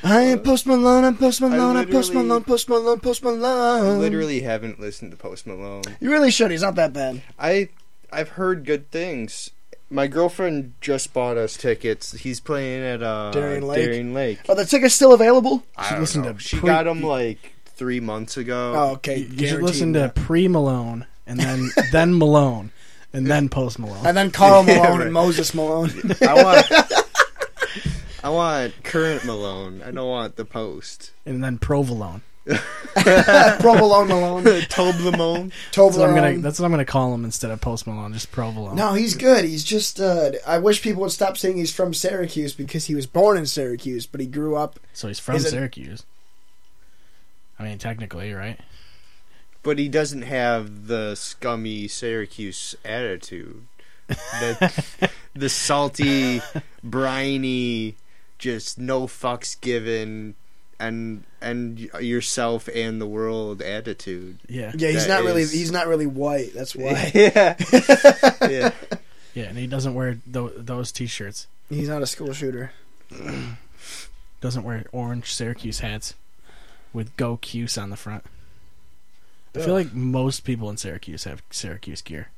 A: I am Post Malone, I'm Post Malone, I'm Post
C: literally-
A: Malone, Post Malone, Post Malone.
C: Literally haven't listened to Post Malone.
A: You really should, he's not that bad.
C: I I've heard good things. My girlfriend just bought us tickets. He's playing at uh,
A: Darien Lake?
C: Darien Lake.
A: Are the tickets still available?
C: I
B: should
C: don't
B: listen
C: know.
B: to
C: She
B: pre-
C: got him like three months ago.
A: Oh, okay.
B: You, you should
A: guaranteed
B: listen to
A: that.
B: pre Malone and then then Malone and then Post Malone.
A: And then Carl
C: Yeah,
A: Malone
C: right.
A: and Moses Malone.
C: I want. I want current Malone. I don't want the post.
B: and then Provolone.
A: Provolone Malone.
C: Toblerone.
A: Toblerone.
B: That's what I'm gonna. That's what I'm gonna call him instead of Post Malone. Just Provolone.
A: no, he's good. He's just. Uh, I wish people would stop saying he's from Syracuse because he was born in Syracuse, but he grew up.
B: So he's from
A: Is it-
B: Syracuse. I mean, technically, right?
C: But he doesn't have the scummy Syracuse attitude. The, the salty, briny, just no fucks given, and and yourself and the world attitude.
B: Yeah.
A: Yeah, he's
C: That
A: not really.
C: is-
A: He's not really white. That's why
C: Yeah. yeah.
B: Yeah, and he doesn't wear tho- those t-shirts.
A: he's not a school shooter.
B: Doesn't wear orange Syracuse hats with "Go Cuse" on the front. I feel like most people in Syracuse have Syracuse gear.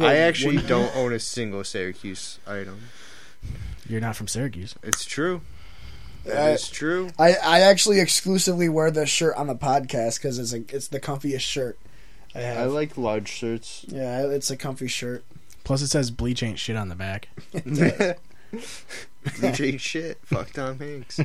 C: I actually don't own a single Syracuse item.
B: You're not from Syracuse.
C: It's true.
A: I-
C: It's true.
A: Uh, I, I actually exclusively wear this shirt on the podcast because it's a, it's the comfiest shirt I have.
C: I like large shirts.
A: yeah, it's a comfy shirt.
B: Plus, it says "Bleach ain't shit" on the back.
C: DJ shit. Fuck Tom Hanks.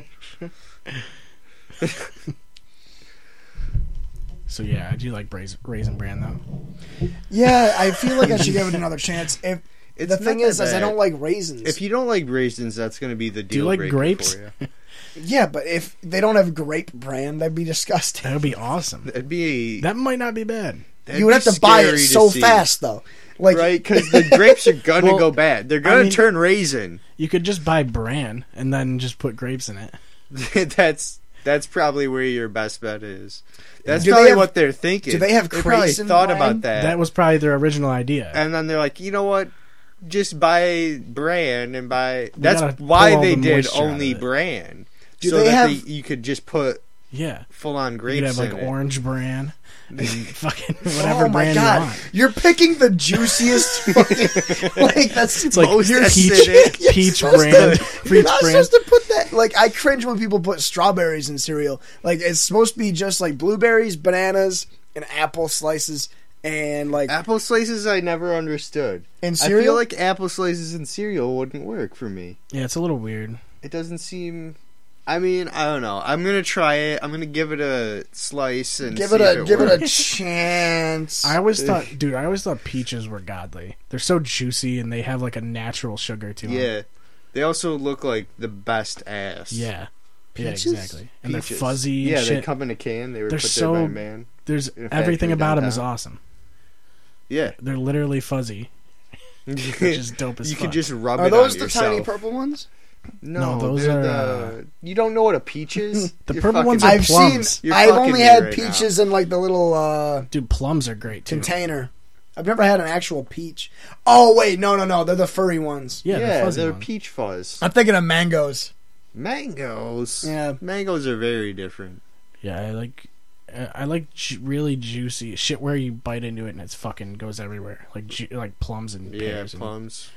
B: So yeah, I do like Brais- Raisin Bran though.
A: Yeah, I feel like I should give it another chance. If
C: It's
A: the thing
C: not that
A: is, is I
C: bad.
A: don't like raisins.
C: If you don't like raisins, that's going to be the deal.
B: you like
C: breaker
B: grapes?
C: For you.
A: yeah, but if they don't have grape brand, that'd be disgusting.
B: That would be awesome.
C: That'd be
B: That might not be bad.
C: that'd
A: you would
C: be
A: have to buy it
C: scary
A: so
C: see,
A: fast though. Like
C: right? Because the grapes are gonna
B: Well,
C: go bad. They're gonna
B: mean-
C: turn raisin.
B: You could just buy bran and then just put grapes in it.
C: that's that's probably where your best bet is. That's
A: Do they
C: probably
A: have-
C: what they're thinking.
A: do they have
C: probably
A: crepes in
C: thought
A: wine?
C: about that,
B: That was probably their original idea.
C: and then they're like, you know what? Just buy bran and buy.
B: We
C: That's
B: gotta
C: why
B: pull all
C: they
B: the
C: did
B: moisture out of
C: only
B: it.
C: bran,
A: Do
C: so
A: they
C: that
A: have-
C: they, you could just put
B: yeah,
C: full on
B: you
C: grapes
B: could have like
C: in it.
B: orange bran and fucking whatever
A: oh my
B: brand you
A: god,
B: want.
A: you're picking the juiciest. fucking, like that's
B: It's like
C: Most
B: peach,
C: acidic.
B: peach
A: You're supposed
B: brand,
A: to- You're
B: peach
A: not
B: brand.
A: supposed to put that. Like I cringe when people put strawberries in cereal. Like it's supposed to be just like blueberries, bananas, and apple slices, and like
C: Apple slices, I never understood.
A: in
C: I feel
A: cereal.
C: like apple slices in cereal wouldn't work for me.
B: Yeah, it's a little weird.
C: It doesn't seem. I mean, I don't know. I'm gonna try it. I'm gonna give it a slice and
A: give
C: see
A: it
C: if
A: a give it a
C: works.
A: chance.
B: I always thought, dude, I always thought peaches were godly. They're so juicy and they have like a natural sugar to them.
C: Yeah, they also look like the best ass.
B: yeah, yeah,
A: Peaches?
B: exactly. And they're
C: Peaches.
B: fuzzy.
C: Yeah,
B: and
C: they
B: shit.
C: come in a can. They were
B: They're
C: put
B: so-
C: there by man.
B: There's
C: in a factory
B: everything about them is
C: downtown.
B: awesome.
C: Yeah,
B: They're literally fuzzy,
C: which
B: which is dope as
C: you
B: fuck.
C: could just rub
A: Are
C: it
A: those
C: on
A: the
C: yourself.
A: tiny purple ones?
B: No,
C: no,
B: those
C: they're
B: are,
C: the.
B: uh,
C: You don't know what a peach is.
B: The
C: You're
B: purple
C: fucking-
B: ones are-
A: I've
B: plums.
A: seen.
C: You're
A: I've
C: fucking
A: only
C: me
A: had
C: right now.
A: peaches in like the little uh,
B: dude, plums are great too.
A: container. I've never had an actual peach. Oh wait, no, no, no. They're the furry ones.
B: yeah,
C: yeah,
B: the fuzzy
C: they're
B: ones.
C: peach fuzz.
A: I'm thinking of mangoes.
C: Mangoes.
A: Yeah.
C: mangoes are very different.
B: Yeah, I like I I like ju- really juicy shit where you bite into it and it's fucking goes everywhere, like ju- like plums and
C: Yeah,
B: pears and
C: plums.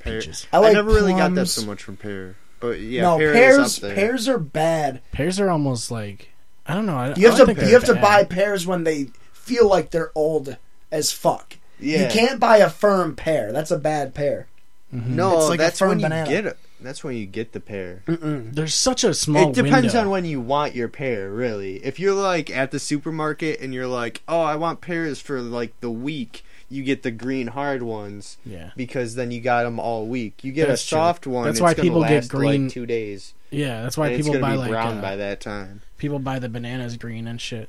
C: Pear-
B: peaches.
A: I like
C: never really got that
A: plums.
C: so much from pear, but yeah,
A: no,
C: pear
A: pears.
C: is up there.
A: Pears are bad.
B: Pears are almost like I don't know. I,
A: You
B: I don't
A: have
B: think
A: to
B: they're
A: you have to
B: bad.
A: buy pears when they feel like they're old as fuck.
C: Yeah.
A: You can't buy a firm pear. That's a bad pear.
C: No,
A: It's like a
C: that's
A: firm
C: when
A: banana.
C: you get it. That's when you get the pear.
B: There's such a small.
C: it depends
B: window.
C: on when you want your pear, really. If you're like at the supermarket and you're like, "Oh, I want pears for like the week," you get the green hard ones
B: Yeah,
C: because then you got them all week. You get
B: That's
C: a
B: true.
C: soft one.
B: That's
C: it's
B: why
C: gonna
B: people get
C: last,
B: green-
C: like two days.
B: yeah. That's why
C: and
B: people
C: it's gonna
B: buy like
C: be brown
B: uh,
C: by that time.
B: people buy the bananas green and shit.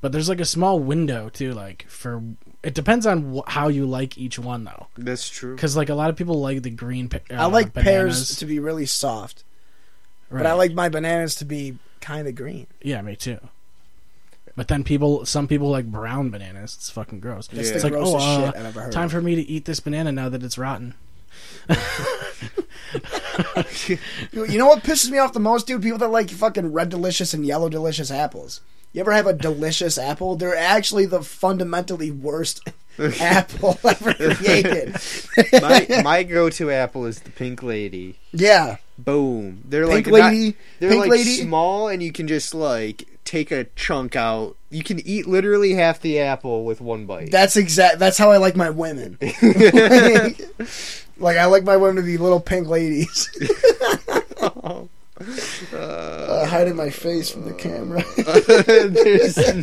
B: But there's like a small window too. Like for it depends on wh- how you like each one though,
C: That's true.
B: because like a lot of people like the green. Pe- uh,
A: I like pears
B: bananas.
A: to be really soft,
B: right.
A: but I like my bananas to be kind of green.
B: Yeah, me too. But then people, some people like brown bananas. It's fucking gross.
A: That's
C: Yeah.
A: the
B: It's like,
A: grossest
B: oh, uh,
A: shit I've ever heard.
B: Time for me to eat this banana now that it's rotten.
A: You you know what pisses me off the most, dude? People that like fucking red delicious and yellow delicious apples. You ever have a delicious apple? They're actually the fundamentally worst apple ever created.
C: my my go-to apple is the pink lady.
A: yeah,
C: Boom. They're
A: Pink
C: like not-
A: lady-
C: they're
A: pink
C: like
A: lady-
C: small, and you can just like take a chunk out. You can eat literally half the apple with one bite.
A: that's exact. That's how I like my women.
B: Oh.
A: like, I like my women to be little pink ladies. Uh, hiding my face from the camera.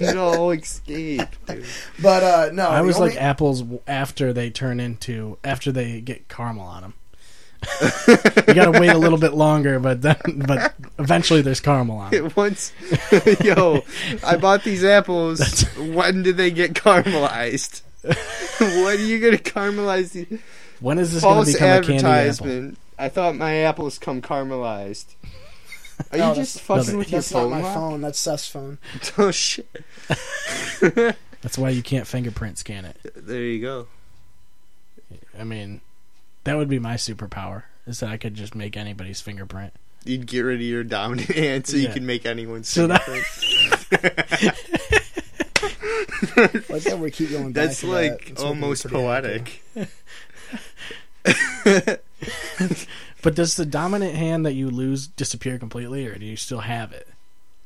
C: There's no escape. Dude.
A: but uh, no,
B: I
A: the
B: always
A: only-
B: like apples w- after they turn into after they get caramel on them. you gotta wait a little bit longer, but then but eventually there's caramel on 'em.
C: Once, yo, I bought these apples. When did they get caramelized? when are you gonna caramelize these?
B: When is this gonna
C: False
B: become a candy apple?
C: advertisement. I thought my apples come caramelized. Are
A: No,
C: you
A: that's-
C: just fucking with your
A: that's not
C: phone?
A: my
C: lock?
A: phone. That's Seth's phone.
C: Oh shit!
B: That's why you can't fingerprint scan it.
C: There you go.
B: I mean, that would be my superpower is that I could just make anybody's fingerprint.
C: You'd get rid of your dominant hand so you
B: Yeah.
C: can make anyone
B: So
C: so
B: that-
A: Like then we keep going.
C: That's
A: back to that.
C: like
A: It's making me
C: almost
A: pretty happy.
C: poetic.
B: But does the dominant hand that you lose disappear completely, or do you still have it?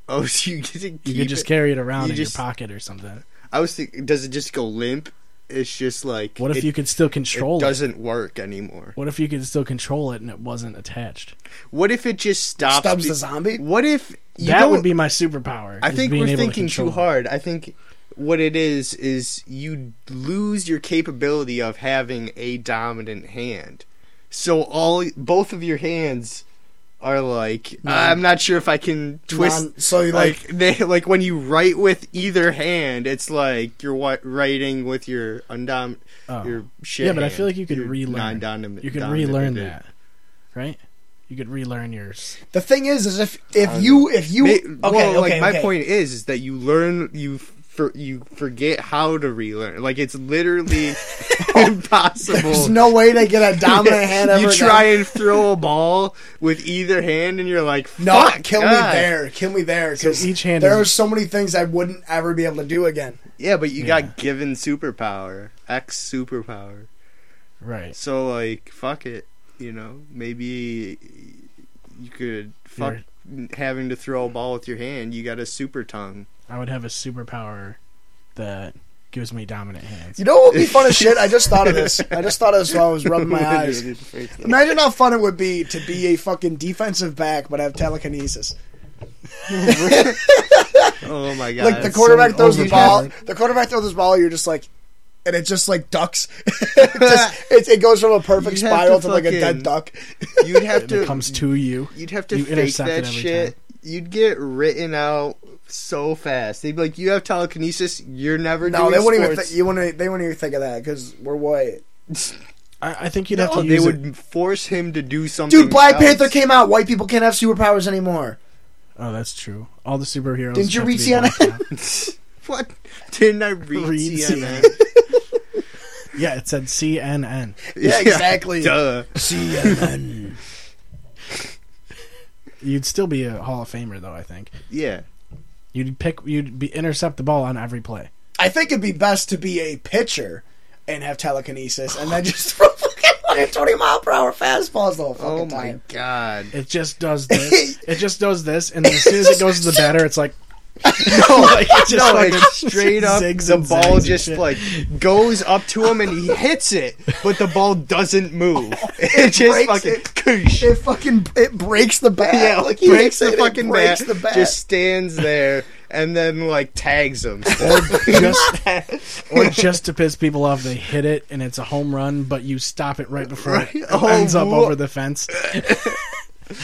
C: Oh, so you get to keep
B: You could just
C: it.
B: carry it around
C: You
B: in
C: just-
B: your pocket or something.
C: I was thinking, does it just go limp? It's just like
B: What if
C: it,
B: you could still
C: it
B: control it?
C: doesn't work anymore.
B: What if you could still control it and it wasn't attached?
C: What if it just stops?
A: Stubbs
C: be-
A: the zombie.
C: what if you
B: that would
C: don't-
B: be my superpower.
C: I
B: is
C: think
B: being
C: we're
B: able to
C: thinking
B: control
C: too
B: it.
C: hard. I think what it is is you lose your capability of having a dominant hand. So all both of your hands are like I'm not sure if I can twist
A: Non- so you like,
C: like they like when you write with either hand, it's like you're what writing with your undom
B: Oh.
C: your shit.
B: yeah, but I
C: hand,
B: feel like you could
C: your
B: relearn.
C: non-dominant-
B: You could
C: dominant
B: relearn
C: bit.
B: that, right? You could relearn yours.
A: the thing is, is if if
C: don't
A: you if you
C: Ma-
A: okay
C: well,
A: okay
C: like my
A: okay.
C: point is, is that you learn you. For, you forget how to relearn. Like it's literally impossible.
A: There's no way to get a dominant hand ever.
C: you try
A: again.
C: and throw a ball with either hand, and you're like,
A: No,
C: "Fuck,
A: kill
C: God."
A: me there, kill me there. Because
B: each hand
A: there
B: is-
A: are so many things I wouldn't ever be able to do again.
C: Yeah, but you
B: Yeah.
C: got given superpower, X superpower.
B: Right.
C: So like, fuck it. You know, maybe you could fuck having to throw a ball with your hand. You got a super tongue.
B: I would have a superpower that gives me dominant hands.
A: You know what would be fun as shit? I just thought of this. I just thought of this while I was rubbing my eyes. Imagine how fun it would be to be a fucking defensive back but have telekinesis.
C: oh my god!
A: like the quarterback
B: so
A: throws the ball,
B: overpowered.
A: the quarterback throws the ball, you're just like, and it just like ducks. It just, it, it goes from a perfect
C: You'd have
A: spiral to,
C: to
A: like a dead
C: fucking-
A: duck.
C: you'd have
B: It
C: to
B: comes to you.
C: You'd have to
B: you
C: fake
B: intercept it
C: that
B: every
C: shit.
B: time.
C: You'd get written out so fast. They'd be like, "You have telekinesis. You're never
A: No,
C: doing
A: they wouldn't even.
C: sports."
A: Th- you wouldn't. They wouldn't even think of that because we're white.
B: I, I think you'd have
C: no,
B: to
C: Oh, they
B: use
C: would
B: it.
C: force him to do something.
A: Dude, Black
C: else.
A: Panther came out. White people can't have superpowers anymore.
B: Oh, that's true. All the superheroes.
A: Didn't you
B: have to
A: read
B: be black
A: CNN?
B: now.
C: What? Didn't I read,
B: Read
C: CNN?
B: yeah, it said CNN.
A: Yeah, exactly.
C: Duh.
A: CNN.
B: You'd still be a Hall of Famer though. I think
C: Yeah.
B: you'd pick. You'd be intercept the ball on every play.
A: I think it'd be best to be a pitcher and have telekinesis, and then just throw fucking 120 mile per hour fastballs the whole fucking
C: Oh
A: time.
C: my god.
B: It just does this. it just does this, and then as soon as it goes to the batter, it's like
C: No,
B: Like, it Oh just
C: no,
B: fucking
C: like straight up,
B: zigs
C: the
B: and zags
C: ball
B: and
C: just
B: shit.
C: like goes up to him and he hits it, but the ball doesn't move. It just
A: breaks
C: fucking
A: it. It fucking it breaks the bat.
C: Yeah,
A: like
C: like
A: he hits
C: breaks the
A: it, it
C: fucking
A: breaks
C: bat,
A: the bat.
C: Just stands there and then like tags him. Or
B: just or just to piss people off, they hit it and it's a home run, but you stop it right before
C: Right.
B: it ends
C: Oh,
B: up
C: wha-
B: over the fence.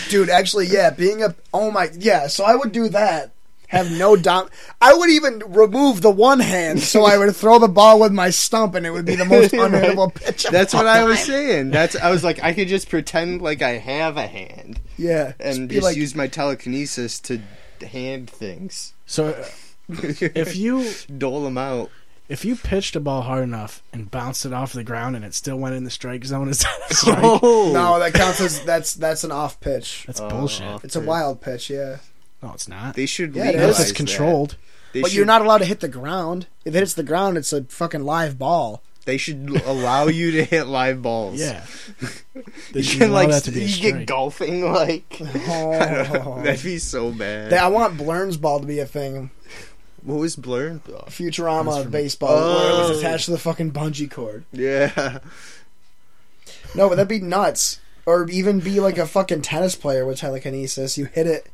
A: Dude, actually, yeah, being a oh my yeah, so I would do that. Have no dom. I would even remove the one hand, so I would throw the ball with my stump, and it would be the most unhittable pitch. of
C: That's
A: all
C: what I was
A: time.
C: saying. That's I was like I could just pretend like I have a hand
A: Yeah,
C: and
A: be
C: just
A: like,
C: use my telekinesis to hand things.
B: So uh, if you
C: Dole them out.
B: if you pitched a ball hard enough and bounced it off the ground and it still went in the strike zone, it's not a strike.
C: Oh
A: no, that counts as that's that's an off pitch.
B: That's
C: Oh,
B: bullshit.
C: off-
A: It's a wild pitch, yeah.
B: No, it's not.
C: They should
A: Yeah, it is.
B: Unless
C: legalize
B: it's controlled.
C: that. They
A: But
C: should,
A: you're not allowed to hit the ground. If it hits the ground, it's a fucking live ball.
C: They should allow you to hit live balls.
B: Yeah. They
C: You
B: should
C: can
B: allow
C: like
B: that to be a
C: you get
B: strike.
C: golfing like
A: Oh.
C: that'd be so bad.
A: They- I want Blurns ball to be a thing.
C: what was blurred? Oh,
A: Futurama
B: That's
A: of
B: from-
A: baseball, where it was
C: Oh.
A: attached to the fucking bungee cord.
C: Yeah.
A: No, but that'd be nuts. or even be like a fucking tennis player with telekinesis. You hit it,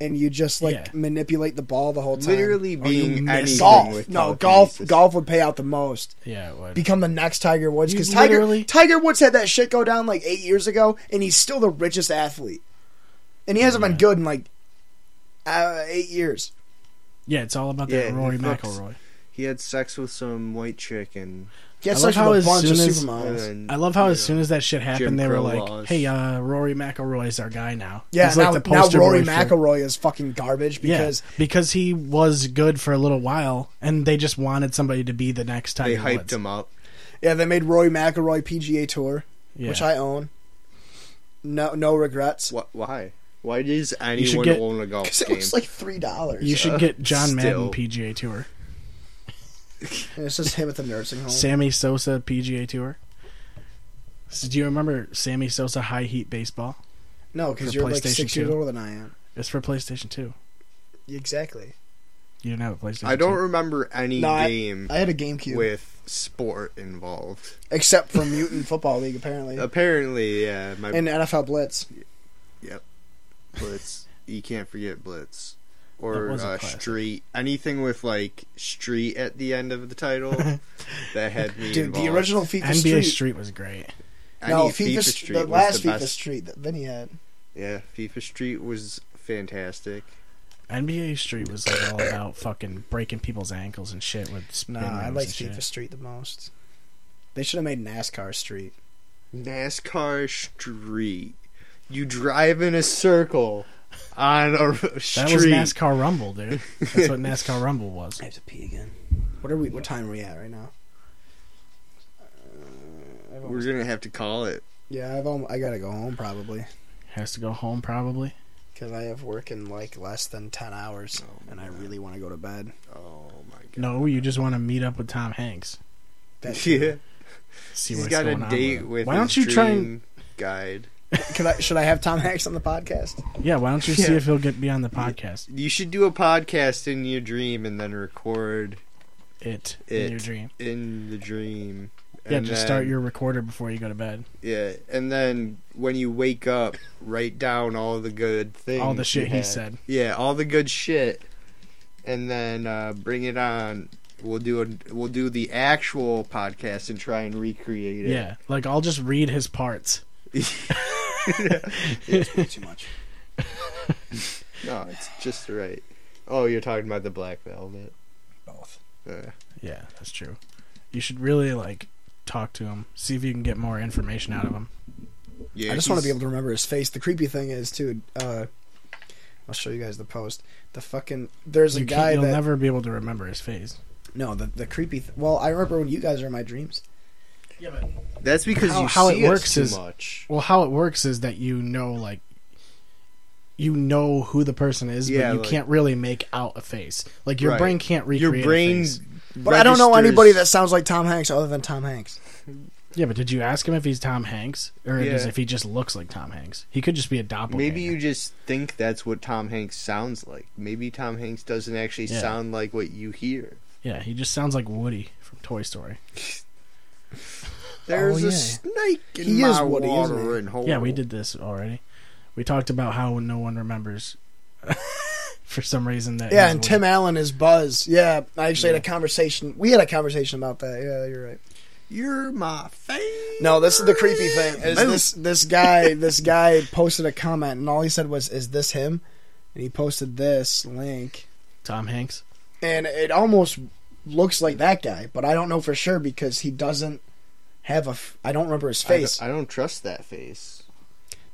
A: and you just like
B: Yeah.
A: manipulate the ball the whole time. Oh,
C: Literally
B: Or you
C: being
B: miss
C: anything
A: golf.
C: with
A: no, golf.
C: telekinesis.
A: Golf would pay out the most.
B: Yeah, it would.
A: Become the next Tiger Woods
B: You
A: because Tiger
B: literally-
A: Tiger Woods had that shit go down like eight years ago, and he's still the richest athlete, and he hasn't been
B: Yeah.
A: good in like uh, eight years.
B: yeah, it's all about
C: Yeah,
B: that Rory
C: it looks-
B: McIlroy.
C: He had sex with some white chick and,
A: He had
B: I
A: sex
B: love
A: with a
B: how as
A: bunch of
B: soon as-
A: supermodels.
C: and
B: I love how
C: you
B: as
C: know,
B: soon as that shit happened,
C: Jim
B: they were
C: Crow
B: like,
C: laws.
B: "Hey, uh, Rory McIlroy's our guy now."
A: Yeah,
B: He's
A: now,
B: like the
A: now
B: poster
A: Rory
B: boy for-
A: McIlroy is fucking garbage because
B: yeah, because he was good for a little while, and they just wanted somebody to be the next Tiger
C: they hyped
B: Woods.
C: him up.
A: Yeah, they made Rory McIlroy PGA Tour,
B: Yeah.
A: which I own. No, no regrets.
C: What, why? Why does anyone
B: get-
C: own a golf
A: Because it
C: game?
A: was like three dollars.
B: you should get John Madden
C: still.
B: PGA Tour,
A: And it's just him at the nursing
C: Oh.
A: home.
B: Sammy Sosa PGA Tour. So do you remember Sammy Sosa High Heat Baseball?
A: no, because
B: for
A: you're like
B: PlayStation
A: six
B: 2.
A: years older than I am.
B: It's for PlayStation Two.
A: Exactly.
B: You didn't have a PlayStation.
C: I don't
B: 2.
C: remember any
A: No, I-
C: game
A: I had a GameCube,
C: with sport involved.
A: except for Mutant Football League, apparently,
C: Apparently, yeah, my
A: and NFL Blitz.
C: blitz. You can't forget blitz or
B: was a
C: uh,
B: classic.
C: street. Anything with like street at the end of the title that had me
A: Dude,
C: involved.
A: the original FIFA
B: NBA
A: Street.
B: Street. was great.
C: Any
A: No, FIFA,
C: FIFA, Street
A: Street. The
C: was
A: last
C: the
A: FIFA
C: best.
A: Street that Vinny had.
C: Yeah, FIFA Street was fantastic.
B: NBA Street was like all about fucking breaking people's ankles and shit with spin
A: No,
B: moves
A: I like
B: and
A: FIFA
B: shit.
A: Street the most. They should have made NASCAR Street.
C: NASCAR Street. You drive in a circle on a r-
B: That
C: street.
B: was NASCAR Rumble, dude. That's what NASCAR Rumble was.
A: I have to pee again. What are we? What time are we at right now? Uh, I've
C: We're
A: almost-
C: gonna have to call it.
A: yeah, I've almost, I gotta go home probably
B: Has to go home probably.
A: because I have work in like less than ten hours, and I really want to go to bed.
C: Oh my god.
B: No, you just want to meet up with Tom Hanks.
A: That's
C: yeah,
B: See
C: he's
B: what's
C: got a
B: going on
C: date
B: him.
C: with.
B: Why don't you try and
C: guide?
A: Can I? Should I have Tom Hanks on the podcast?
B: yeah? Why don't you see
C: Yeah.
B: if he'll get be on the podcast?
C: You should do a podcast in your dream and then record
B: It,
C: It.
B: in your dream.
C: in the dream.
B: yeah,
C: and
B: just
C: then-
B: start your recorder before you go to bed.
C: Yeah, and then when you wake up, write down all the good things.
B: All the shit
C: you
B: he
C: had.
B: said.
C: Yeah, all the good shit, and then uh, bring it on. We'll do a we'll do the actual podcast and try and recreate
B: Yeah.
C: it.
B: like I'll just read his parts.
A: too much.
C: no, it's just right. Oh, you're talking about the black velvet.
A: Both.
C: Uh,
B: Yeah, that's true. You should really like talk to him, see if you can get more information out of him.
C: yeah,
A: I just want to be
C: he's-
A: able to remember his face. The creepy thing is too. Uh, I'll show you guys the post. The fucking there's a
B: You
A: guy
B: can't, you'll
A: that
B: never be able to remember his face.
A: no the the creepy. Th- well, I remember when you guys are in my dreams.
B: Yeah, but
C: That's because
B: How-
C: you
B: how it
C: see us
B: works
C: too
B: is-
C: much.
B: well, how it works is that you know like you know who the person is,
C: Yeah,
B: but you
C: like-
B: can't really make out a face. Like your
C: Right.
B: brain can't recreate
C: Your brain.
B: A face.
A: But I don't know
C: registers-
A: anybody that sounds like Tom Hanks other than Tom Hanks.
B: Yeah, but did you ask him if he's Tom Hanks or
C: Yeah.
B: does- if he just looks like Tom Hanks? He could just be a doppelganger.
C: Maybe you just think that's what Tom Hanks sounds like. Maybe Tom Hanks doesn't actually
B: Yeah. Oh,
C: sound like what you hear.
B: Yeah, he just sounds like Woody from Toy Story.
C: There's
A: yeah.
C: a snake in
A: He
C: my
A: is Woody, isn't
C: water
A: he?
C: and hole.
B: Yeah, we did this already. We talked about how no one remembers for some reason that
A: Yeah,
B: he's
A: and
B: Woody.
A: Tim Allen is Buzz. Yeah, I actually had a conversation. We had a conversation about that. Yeah, you're right.
C: You're my favorite.
A: No, this is the creepy thing. Is
C: Moot.
A: this this guy this guy posted a comment and all he said was, "Is this him?" And he posted this link,
B: Tom Hanks.
A: and it almost looks like that guy, but I don't know for sure because he doesn't have a. F- I don't remember his
C: I don't-
A: face.
C: I don't trust that face.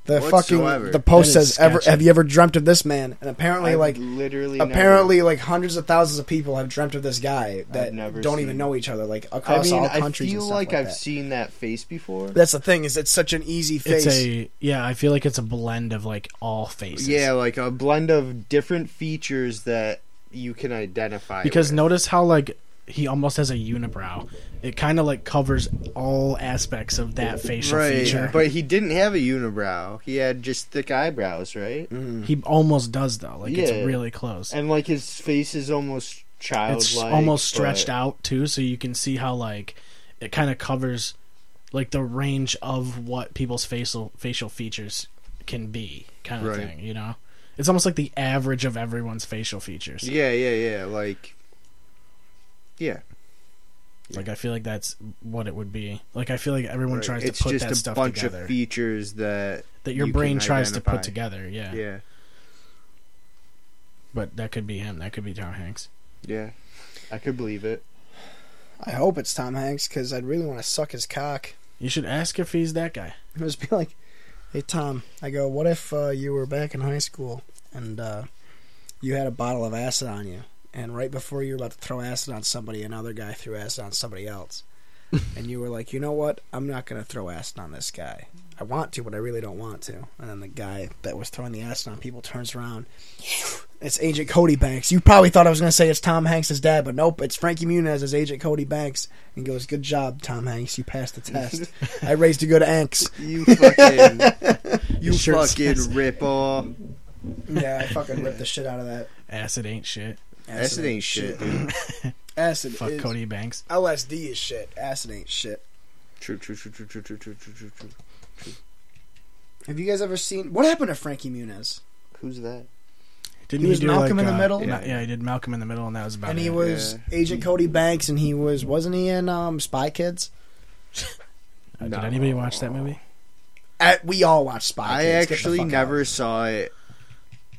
A: the
C: whatsoever.
A: fucking the post
B: That is
A: says, "Ever
B: sketchy.
A: have you ever dreamt of this man?" And apparently,
C: I've
A: like
C: literally,
A: apparently like hundreds of thousands of people have dreamt of this guy that
C: never
A: don't
C: seen
A: even
C: it.
A: know each other like
C: never, I
A: across
C: mean,
A: all
C: I
A: countries
C: feel
A: and stuff
C: like,
A: like,
C: I've
A: that.
C: seen that face before.
A: that's the thing is it's such an easy face
B: It's a yeah. I feel like it's a blend of like all faces.
C: yeah, like a blend of different features that you can identify.
B: because
C: with.
B: notice how like he almost has a unibrow. It kind of like covers all aspects of that facial
C: right,
B: feature.
C: but he didn't have a unibrow. He had just thick eyebrows, right?
A: Mm.
B: he almost does though. Like
C: Yeah.
B: it's really close.
C: And like his face is almost childlike.
B: it's almost
C: but-
B: stretched out too, so you can see how like it kind of covers like the range of what people's facial facial features can be, kind of
C: Right.
B: thing. You know, it's almost like the average of everyone's facial features.
C: Yeah, yeah, yeah. Like, yeah.
B: Like I feel like that's what it would be. Like I feel like everyone
C: right.
B: tries
C: it's
B: to put
C: just
B: that
C: a
B: stuff
C: bunch
B: together
C: of features that
B: that your
C: you
B: brain
C: can
B: tries to
C: identify.
B: put together. Yeah.
C: yeah,
B: but that could be him. That could be Tom Hanks.
C: yeah. I could believe it.
A: I hope it's Tom Hanks because I'd really want to suck his cock.
B: You should ask if he's that guy.
A: I'd just be like, "Hey Tom, I go. What if uh, you were back in high school and uh, you had a bottle of acid on you, and right before you were about to throw acid on somebody, another guy threw acid on somebody else, and you were like, you know what? I'm not gonna throw acid on this guy. I want to, but I really don't want to. And then the guy that was throwing the acid on people turns around. It's Agent Cody Banks. You probably thought I was going to say it's Tom Hanks' dad, but nope, it's Frankie Muniz as Agent Cody Banks. And he goes, Good job, Tom Hanks. You passed the test. I raised a good Anks.
C: You fucking, you
B: His shirt
C: fucking
B: says-
C: rip off.
A: Yeah, I fucking ripped the shit out of that.
B: Acid ain't shit.
C: Acid ain't shit, dude.
A: Acid
B: Fuck
A: is,
B: Cody Banks.
A: LSD is shit. Acid ain't shit.
C: True, true, true, true, true, true, true, true, true, true.
A: Have you guys ever seen what happened to Frankie Muniz?
C: Who's that?
B: Didn't
A: He was Malcolm in the Middle?
B: Yeah.
C: Yeah.
B: yeah, he did Malcolm in the Middle, and that was about
A: And he
B: it.
A: was
C: Yeah.
A: Agent Cody Banks, and he was wasn't he in um, Spy Kids?
B: Uh,
C: No.
B: Did anybody watch that movie?
A: Uh, we all watched Spy
C: I
A: Kids. Get the
C: actually
A: fuck out.
C: never saw it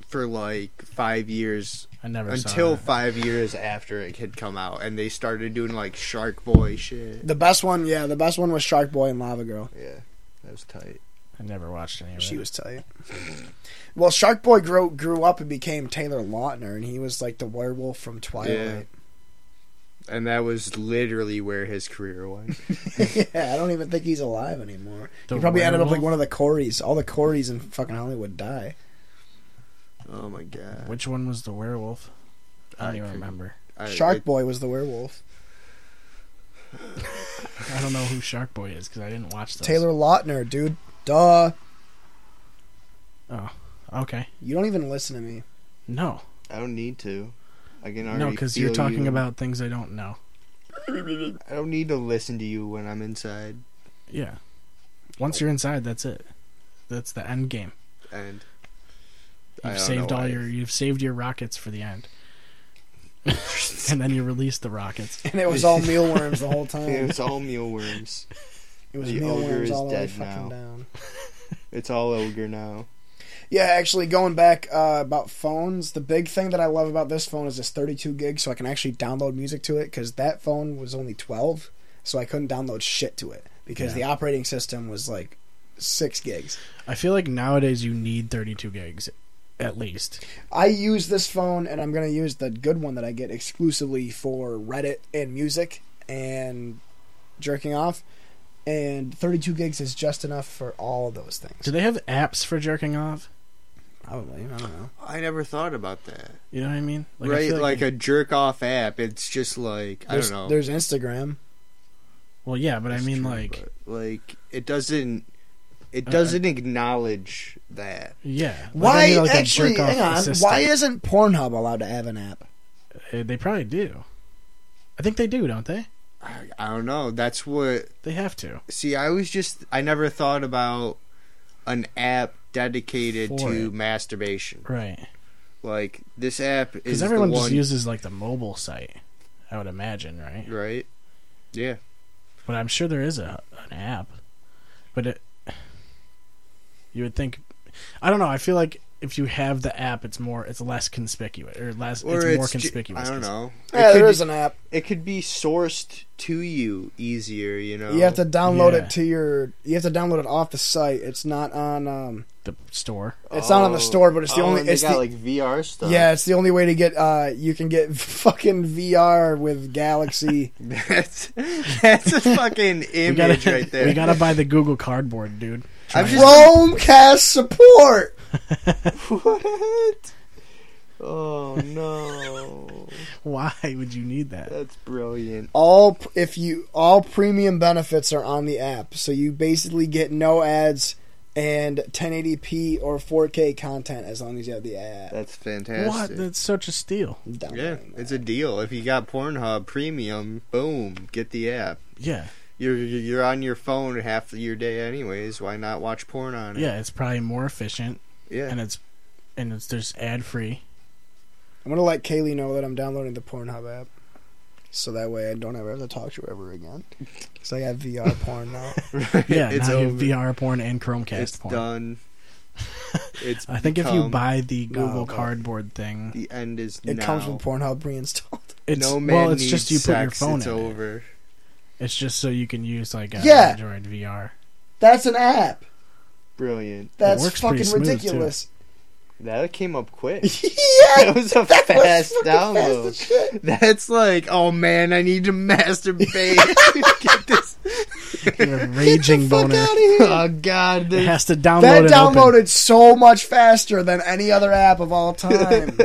C: for like five years
B: I never saw
C: until
B: that.
C: five years after it had come out, and they started doing like Shark Boy shit.
A: The best one, yeah, the best one was Shark Boy and Lava Girl.
C: Yeah, that was tight.
B: I never watched any of
A: She
B: it.
A: was tight. Well, Shark Boy grew grew up and became Taylor Lautner, and he was like the werewolf from Twilight.
C: And that was literally where his career was.
A: Yeah, I don't even think he's alive anymore.
B: The
A: he probably ended up like
B: werewolf?
A: one of the Coreys. All the Coreys in fucking Hollywood die.
C: oh my god!
B: Which one was the werewolf? I don't
C: I
B: even
C: couldn't-
B: remember.
C: I-
A: Shark
C: I-
A: Boy was the werewolf.
B: I don't know who Shark Boy is because I didn't watch those.
A: Taylor Lautner, dude. Duh.
B: Okay.
A: You don't even listen to me.
B: No.
C: I don't need to. I can already.
B: No, because you're
C: feel
B: talking
C: you.
B: about things I don't know.
C: I don't need to listen to you when I'm inside.
B: Yeah. Once you're inside, that's it. That's the end game.
C: And I
B: You've
C: don't
B: saved
C: know
B: all
C: why.
B: your you've saved your rockets for the end. and then you release the rockets.
A: And it was all mealworms the whole
C: it
A: time.
C: was all mealworms.
A: It was
C: The ogre
A: mealworms
C: is
A: all the way
C: dead
A: fucking
C: now.
A: down.
C: It's all ogre now.
A: Yeah, actually, going back uh, about phones, the big thing that I love about this phone is it's 32 gigs, so I can actually download music to it. Because that phone was only 12, so I couldn't download shit to it because
B: Yeah.
A: the operating system was like six gigs.
B: I feel like nowadays you need 32 gigs at least.
A: I use this phone, and I'm gonna use the good one that I get exclusively for Reddit and music and jerking off. And 32 gigs is just enough for all of those things.
B: Do they have apps for jerking off?
A: Probably, I don't know.
C: I never thought about that.
B: You know what I mean? I
C: right,
B: feel
C: like,
B: you-
C: a jerk off app. It's just like I
A: There's,
C: don't know.
A: there's Instagram.
B: Well, yeah, but I
C: That's
B: mean
C: true,
B: like
C: but, like it doesn't it
B: Uh,
C: doesn't acknowledge that.
B: yeah. Like, I
A: Why
B: mean, like a
A: actually?
B: jerk-off
A: Hang on.
B: assistant.
A: Why isn't Pornhub allowed to have an app?
B: Uh, They probably do. I think they do, don't they?
C: I, I don't know. That's what
B: They have to.
C: see. I was just I never thought about an app dedicated
B: For
C: to
B: it.
C: masturbation.
B: Right.
C: Like this app is
B: Because everyone
C: the
B: just
C: one,
B: uses like the mobile site, I would imagine, right?
C: right. Yeah,
B: But I'm sure there is a an app. But it, you would think, I don't know. I feel like if you have the app, it's more, it's less conspicuous or less,
C: or
B: it's,
C: it's,
B: more
C: ju-
B: conspicuous.
C: I don't know.
A: Yeah,
C: it, could,
A: there is an app.
C: it could be sourced to you easier. You know.
A: You have to download
B: Yeah.
A: it to your. You have to download it off the site. It's not on. Um,
B: The store.
A: it's not on the
C: Oh.
A: store, but it's the
C: Oh,
A: only.
C: and they
A: It's
C: got
A: the,
C: like VR stuff.
A: yeah, it's the only way to get. Uh, you can get fucking VR with Galaxy.
C: that's that's a fucking
B: We
C: image
B: gotta,
C: right there.
B: we gotta buy the Google Cardboard, dude.
C: I've just
A: Chromecast support.
C: What? Oh no.
B: Why would you need that?
C: That's brilliant.
A: All pr- if you all premium benefits are on the app, so you basically get no ads and 1080p or 4K content as long as you have the app.
C: That's
B: What?
C: fantastic.
B: That's such a steal.
A: Downloading
C: yeah,
A: that.
C: it's a deal. If you got Pornhub Premium, boom, get the app.
B: Yeah.
C: You're you're on your phone half of your day anyways. Why not watch porn on it?
B: Yeah, it's probably more efficient,
C: Yeah.
B: and it's and it's there's ad free.
A: I'm gonna let Kaylee know that I'm downloading the Pornhub app, so that way I don't ever have to talk to her ever again. Cause I got VR porn now.
B: uh, Yeah,
C: it's
B: now you
C: over.
B: have VR porn and Chromecast
C: it's
B: porn.
C: done. It's
B: I think if you
C: become-
B: buy the
A: No,
B: Google
A: but-
B: Cardboard thing,
C: the end is
A: It
C: now.
A: comes with Pornhub reinstalled.
B: it's
C: no man
B: well, it's
C: needs
B: just you put
C: sex.
B: your phone
C: it's
B: in. it.
C: over.
B: It's just so you can use like a
A: Yeah.
B: Android VR.
A: That's an app.
C: Brilliant.
A: That's
B: works pretty
A: fucking
B: smooth, too.
A: ridiculous.
C: That came up quick.
A: yeah,
C: that was a
A: that was
C: fast
A: fucking
C: download.
A: fast as shit.
C: That's like, oh man, I need to masturbate. Get this.
B: You're a raging
A: Fuck
B: boner.
A: outta here.
C: Oh god,
B: It
C: this-
B: has to download
A: That
B: and open.
A: downloaded so much faster than any other app of all time.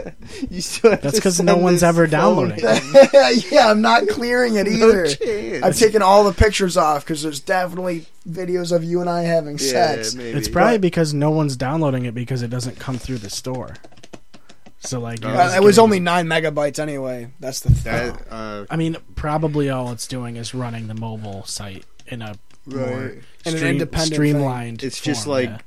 C: you still have
B: That's
C: to
B: 'cause no
C: send
B: one's
C: this
B: ever
C: phone
B: downloading.
C: in.
A: yeah, I'm not clearing it
C: No
A: either.
C: chance.
A: I've taken all the pictures off because there's definitely videos of you and I having
C: Yeah,
A: sex.
C: maybe.
B: It's probably because no one's downloading it because it doesn't come through the store. So like, you're
C: Uh,
A: Uh,
B: just
A: it was
B: getting-
A: only nine megabytes anyway. That's the thing.
C: That, uh,
B: I mean, probably all it's doing is running the mobile site in a more
C: Right.
A: In an
B: stream-
A: independent thing.
B: streamlined.
C: It's just
B: form,
C: like-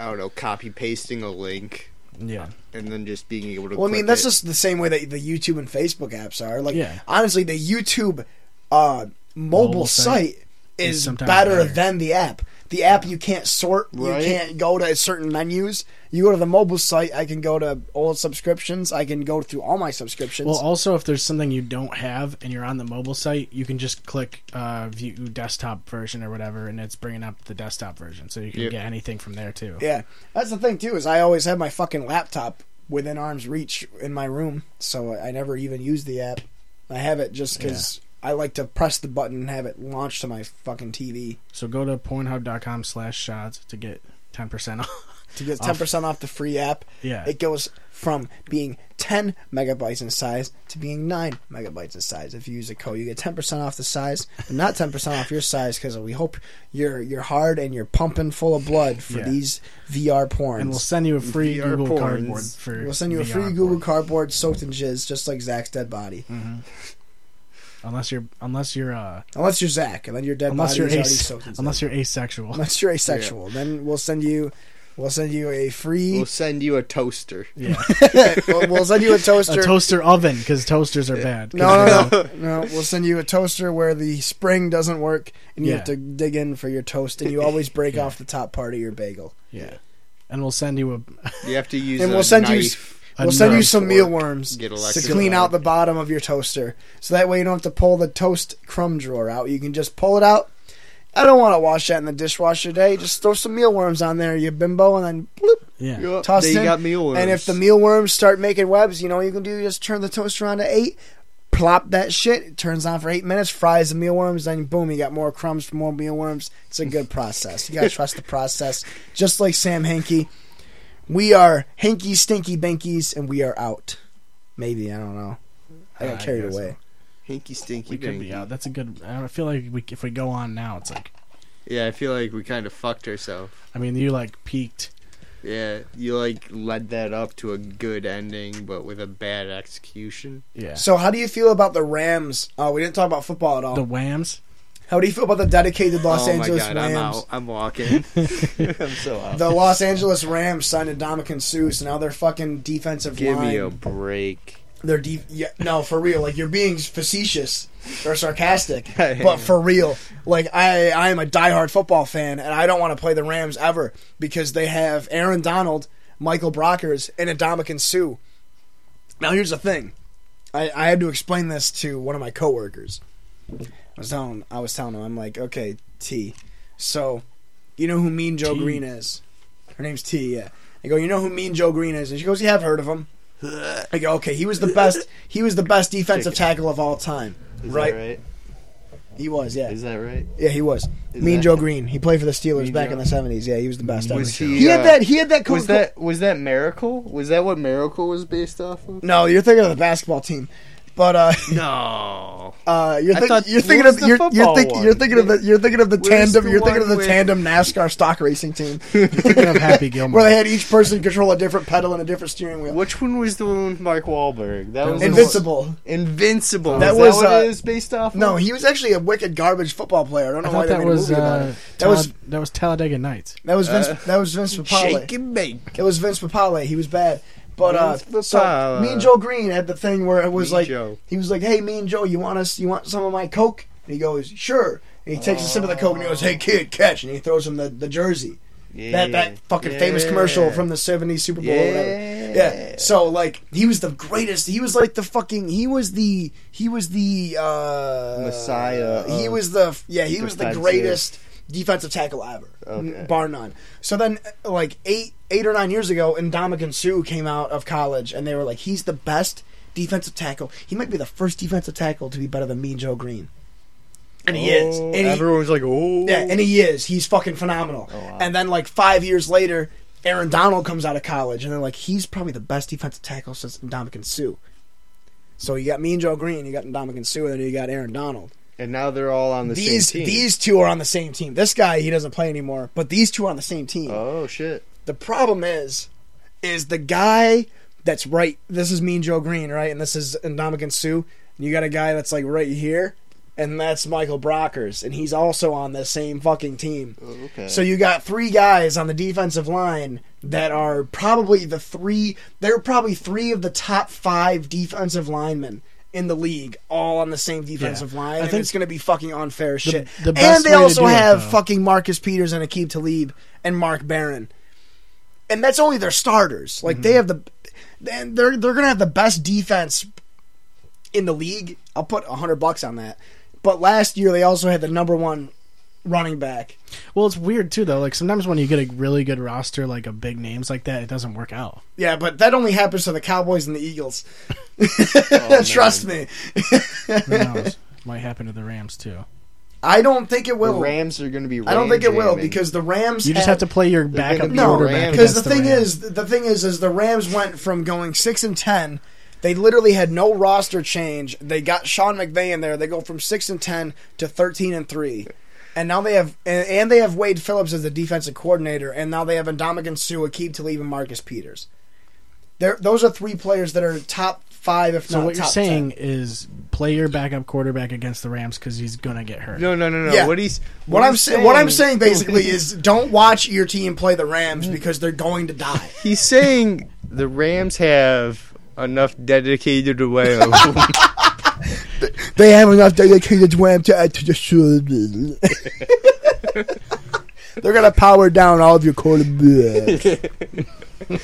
C: I don't know, copy pasting a link
B: yeah,
C: and then just being able to.
A: well, I mean,
C: click
A: that's
C: it.
A: just the same way that the YouTube and Facebook apps are. Like,
B: Yeah.
A: honestly, the YouTube uh, mobile,
B: Mobile
A: site,
B: site
A: is better,
B: sometimes better.
A: than the app. The app you can't sort,
C: Right.
A: you can't go to certain menus. You go to the mobile site, I can go to old subscriptions, I can go through all my subscriptions.
B: Well, also if there's something you don't have and you're on the mobile site, you can just click uh, view desktop version or whatever, and it's bringing up the desktop version, so you can
C: Yep.
B: get anything from there too.
A: yeah, that's the thing too. Is I always have my fucking laptop within arm's reach in my room, so I never even use the app. I have it just because I like to press the button and have it launch to my fucking TV.
B: So go to Pornhub.com/shots to get ten percent off.
A: to get
B: Off-
A: ten percent off the free app.
B: Yeah.
A: It goes from being ten megabytes in size to being nine megabytes in size. If you use a code, you get ten percent off the size, but not ten percent off your size because we hope you're you're hard and you're pumping full of blood for
B: Yeah.
A: these VR porns.
B: and
A: we'll,
B: we'll send you a free
C: VR
B: Google
C: porns.
B: Cardboard for.
A: send you a
B: VR
A: free
B: porn.
A: Google cardboard soaked in jizz, just like Zach's dead body.
B: Mm-hmm. unless you're unless you're uh
A: Unless you're Zach, and then your dead
B: unless
A: body
B: you're
A: is already
B: ase-
A: soaked in jizz.
B: unless you're asexual.
A: unless you're asexual, then we'll send you. We'll send you a free.
C: We'll send you a toaster.
B: Yeah,
A: We'll, we'll send you a
B: a
A: toaster.
B: toaster oven because toasters are bad. 'Cause
A: No,
B: they're-
A: no, no, no. We'll send you a toaster where the spring doesn't work, and you
B: Yeah.
A: have to dig in for your toast, and you always break off the top part of your bagel.
B: Yeah, and we'll send you a
C: You have to use.
A: And
C: a
A: we'll send you s-
C: knife.
B: A
A: we'll send you
B: nerve
A: some
C: fork.
A: mealworms
C: Get
A: to
C: electrified.
A: clean out the bottom of your toaster, so that way you don't have to pull the toast crumb drawer out. You can just pull it out. I don't want to wash that in the dishwasher today. Just throw some mealworms on there, you bimbo, and then bloop.
B: yeah.
C: Yup,
A: Tossed
C: there you
A: in,
C: got mealworms.
A: And if the mealworms start making webs, you know what you can do? Just turn the toaster on to eight, plop that shit. It turns on for eight minutes, fries the mealworms, then boom, you got more crumbs for more mealworms. It's a good process. You gotta trust the process. Just like Sam Hankey, we are Hanky Stinky Bankies, and we are out. Maybe I don't know. I
B: Uh,
A: got
B: I
A: carried
B: guess
A: away.
C: hinky stinky
B: We could be
C: dinky.
B: out. That's a good. I don't- I feel like we, if we go on now, it's like.
C: Yeah, I feel like we kind of fucked ourselves.
B: I mean, you like peaked.
C: Yeah, you like led that up to a good ending, but with a bad execution.
B: Yeah.
A: So, how do you feel about the Rams? Oh, we didn't talk about football at all.
B: the Whams.
A: How do you feel about the dedicated Los
C: oh
A: Angeles
C: my god,
A: Rams?
C: I'm out. I'm walking. I'm so out.
A: The Los Angeles Rams signed Dominican Sue, so now their fucking defensive
C: Give
A: line.
C: me a break.
A: They're deep. Yeah, no, for real. Like you're being facetious or sarcastic,
C: I am.
A: but for real. Like I, I am a diehard football fan, and I don't want to play the Rams ever because they have Aaron Donald, Michael Brockers, and Adamakin Sue. Now here's the thing. I, I had to explain this to one of my coworkers. I was telling, I was telling him, I'm like, okay, T. So, you know who Mean Joe
B: T.
A: Green is? Her name's T. Yeah. I go, you know who Mean Joe Green is? And she goes, yeah, I've heard of him. I go, okay, he was the best. He was the best defensive tackle of all time.
C: Is
A: right.
C: that right?
A: He was, yeah,
C: Is that right?
A: yeah, he was.
C: Is
A: mean
C: that-
A: Joe Green. He played for the Steelers
C: Mean
A: back
C: Joe?
A: in the seventies. Yeah, he was the best. ever.
C: Was
A: he,
C: he? uh,
A: had that. He had that. Cool,
C: Was that was that Miracle? Was that what Miracle was based off of?
A: No, you're thinking of the basketball team. But uh,
B: No.
A: uh, you're,
B: I
A: think,
B: thought-
A: you're thinking
B: where's
A: of
B: the
A: you're, you're,
B: football
A: think, you're
B: one?
A: thinking of the you're thinking of the
C: Where's
A: tandem
C: the
A: you're thinking of
C: one
A: the
C: with-
A: tandem NASCAR stock racing team
B: Thinking of Happy Gilmore.
A: where they had each person control a different pedal and a different steering wheel.
C: Which one was the one with Mark Wahlberg? That
B: That
C: was
B: was-
A: Invincible.
C: Invincible.
A: That
C: That
A: was,
C: was that what
A: uh,
C: it is based off.
A: No,
C: of?
A: he was actually a wicked garbage football player. I don't know
B: I
A: why
B: thought
A: they
B: that
A: made a
B: was,
A: movie about
B: uh,
A: it. That
B: Tal-
A: was
B: that was Talladega Nights.
A: that was Vince
C: uh,
A: that was Vince
C: shake
A: Papale.
C: and bake.
A: It was Vince Papale. He was bad. But uh,
C: Vince
A: so
C: Papale.
A: me and Joe Green had the thing where it was
C: Me
A: like
C: Joe.
A: he was like, "Hey, me and Joe, you want us? You want some of my coke?" And he goes, "Sure." And he takes a sip of the coke and he goes, "Hey, kid, catch!" And he throws him the, the jersey. That that fucking famous commercial from the '70s Super Bowl.
C: yeah.
A: Or whatever. Yeah. So like he was the greatest. He was like the fucking. He was the. He was the uh,
C: Messiah
A: He
C: of
A: was the. Yeah. He was the
C: defensive-
A: greatest defensive tackle ever, n-
C: Okay.
A: bar none. So then, uh, like eight, eight or nine years ago, Indomitian Sue came out of college, and they were like, he's the best defensive tackle. He might be the first defensive tackle to be better than me, Joe Green. And he is.
C: Oh,
A: And he,
C: everyone's like, oh.
A: yeah, and he is. He's fucking phenomenal.
C: wow.
A: And then like five years later, Aaron Donald comes out of college, and they're like, he's probably the best defensive tackle since Ndamukong Sue. So you got me and Joe Green, you got Ndamukong Sue, and then you got Aaron Donald.
C: and now they're all on the
A: these
C: same team.
A: these two are on the same team. This guy he doesn't play anymore, but these two are on the same team.
C: Oh shit.
A: The problem is, is the guy that's right. This is Mean Joe Green, right? And this is Indomitian Sue. And you got a guy that's like right here, and that's Michael Brockers, and he's also on the same fucking team.
B: Oh,
C: Okay.
A: So you got three guys on the defensive line that are probably the three. They're probably three of the top five defensive linemen. In the league, all on the same defensive
B: Yeah.
A: line,
B: I
A: and
B: think
A: it's going to be fucking unfair as
B: the-
A: shit.
B: the
A: and
B: best
A: they
B: way to
A: also
B: do it,
A: have
B: though-
A: fucking Marcus Peters and Akib Talib and Mark Barron and that's only their starters. Like
B: Mm-hmm.
A: they have the, then they're they're gonna have the best defense in the league. I'll put hundred bucks on that. But last year they also had the number one running back.
B: Well, it's weird too, though. Like sometimes when you get a really good roster, like a big names like that, it doesn't work out.
A: Yeah, but that only happens to the Cowboys and the Eagles.
C: Oh, man.
A: Trust me,
B: Who knows? Might happen to the Rams too.
A: I don't think it
C: the
A: will.
C: Rams are going to be.
A: I don't think it will
C: ram-jamming.
A: because the Rams.
B: You just have to play your
C: gonna
B: backup
C: be
A: No,
B: quarterback.
C: Rams.
A: because
B: against
A: the thing
B: Rams.
A: is, the thing is, is the Rams went from going six and ten. They literally had no roster change. They got Sean McVay in there. They go from six and ten to thirteen and three, and now they have and, and they have Wade Phillips as the defensive coordinator, and now they have Indomitian Sue, Akib Talib, and Marcus Peters. They're, those are three players that are top five, if
B: so
A: not
B: what you're
A: top
B: saying
A: 10.
B: is play your backup quarterback against the Rams because he's gonna get hurt.
C: No, no, no, no.
A: Yeah.
C: What he's
A: What, I'm saying, what I'm saying basically is, don't watch your team play the Rams
B: Mm.
A: because they're going to die.
C: he's saying the Rams have enough dedicated away.
A: They have enough dedicated wham to add to the show. They're gonna power down all of your quarterbacks.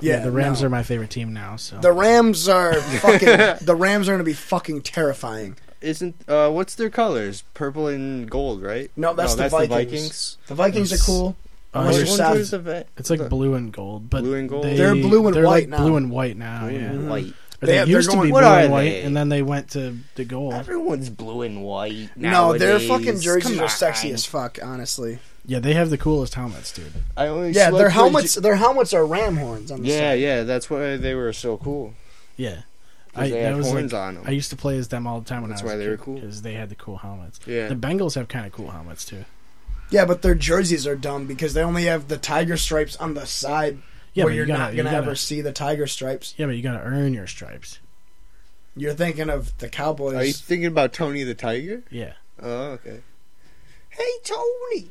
B: Yeah, the Rams are my favorite team now. So
A: The Rams are fucking. the Rams are gonna be fucking terrifying.
C: Isn't uh, what's their colors? Purple and gold, right?
A: No, that's the Vikings. The Vikings
B: It's-
A: are cool.
B: Uh,
A: Unless
B: it's-
A: you're
C: Which
A: South.
C: ones is the Vi-
B: it's like
C: the-
B: blue and gold, but
C: Blue and gold?
B: They,
A: They're blue and
B: they're
A: white
B: like
A: now.
B: Blue and white now.
C: blue
B: Oh, yeah,
C: and white.
B: Or
A: They-
B: they,
A: they're
B: used to
A: going-
B: be
C: what
B: blue
C: are
B: and white,
C: they?
B: and then they went to the gold.
C: Everyone's blue and white.
A: No, their
C: nowadays.
A: fucking jerseys
C: Come
A: are sexy
C: on.
A: as fuck. Honestly,
B: Yeah, they have the coolest helmets, dude.
C: I only
A: yeah,
C: slept
A: their
C: with
A: helmets.
C: Je-
A: Their helmets are ram horns on the
C: yeah,
A: side.
C: yeah, that's why they were so cool.
B: Yeah,
C: 'cause they
B: that
C: had
B: was,
C: horns
B: like-
C: on 'em.
B: I used to play as them all the time when
C: That's
B: I was
C: why
B: a
C: they were
B: kid,
C: cool.
B: because they had the cool helmets.
C: Yeah.
B: The Bengals have kind of cool helmets too.
A: yeah, but their jerseys are dumb because they only have the tiger stripes on the side.
B: Yeah,
A: where
B: but you
A: you're
B: gotta-
A: not
B: you
A: gonna
B: gotta-
A: ever see the tiger stripes.
B: Yeah, but you gotta earn your stripes.
A: You're thinking of the
C: Are you
A: Cowboys.
C: thinking about Tony the Tiger?
B: Yeah,
C: Oh, okay. Hey, Tony.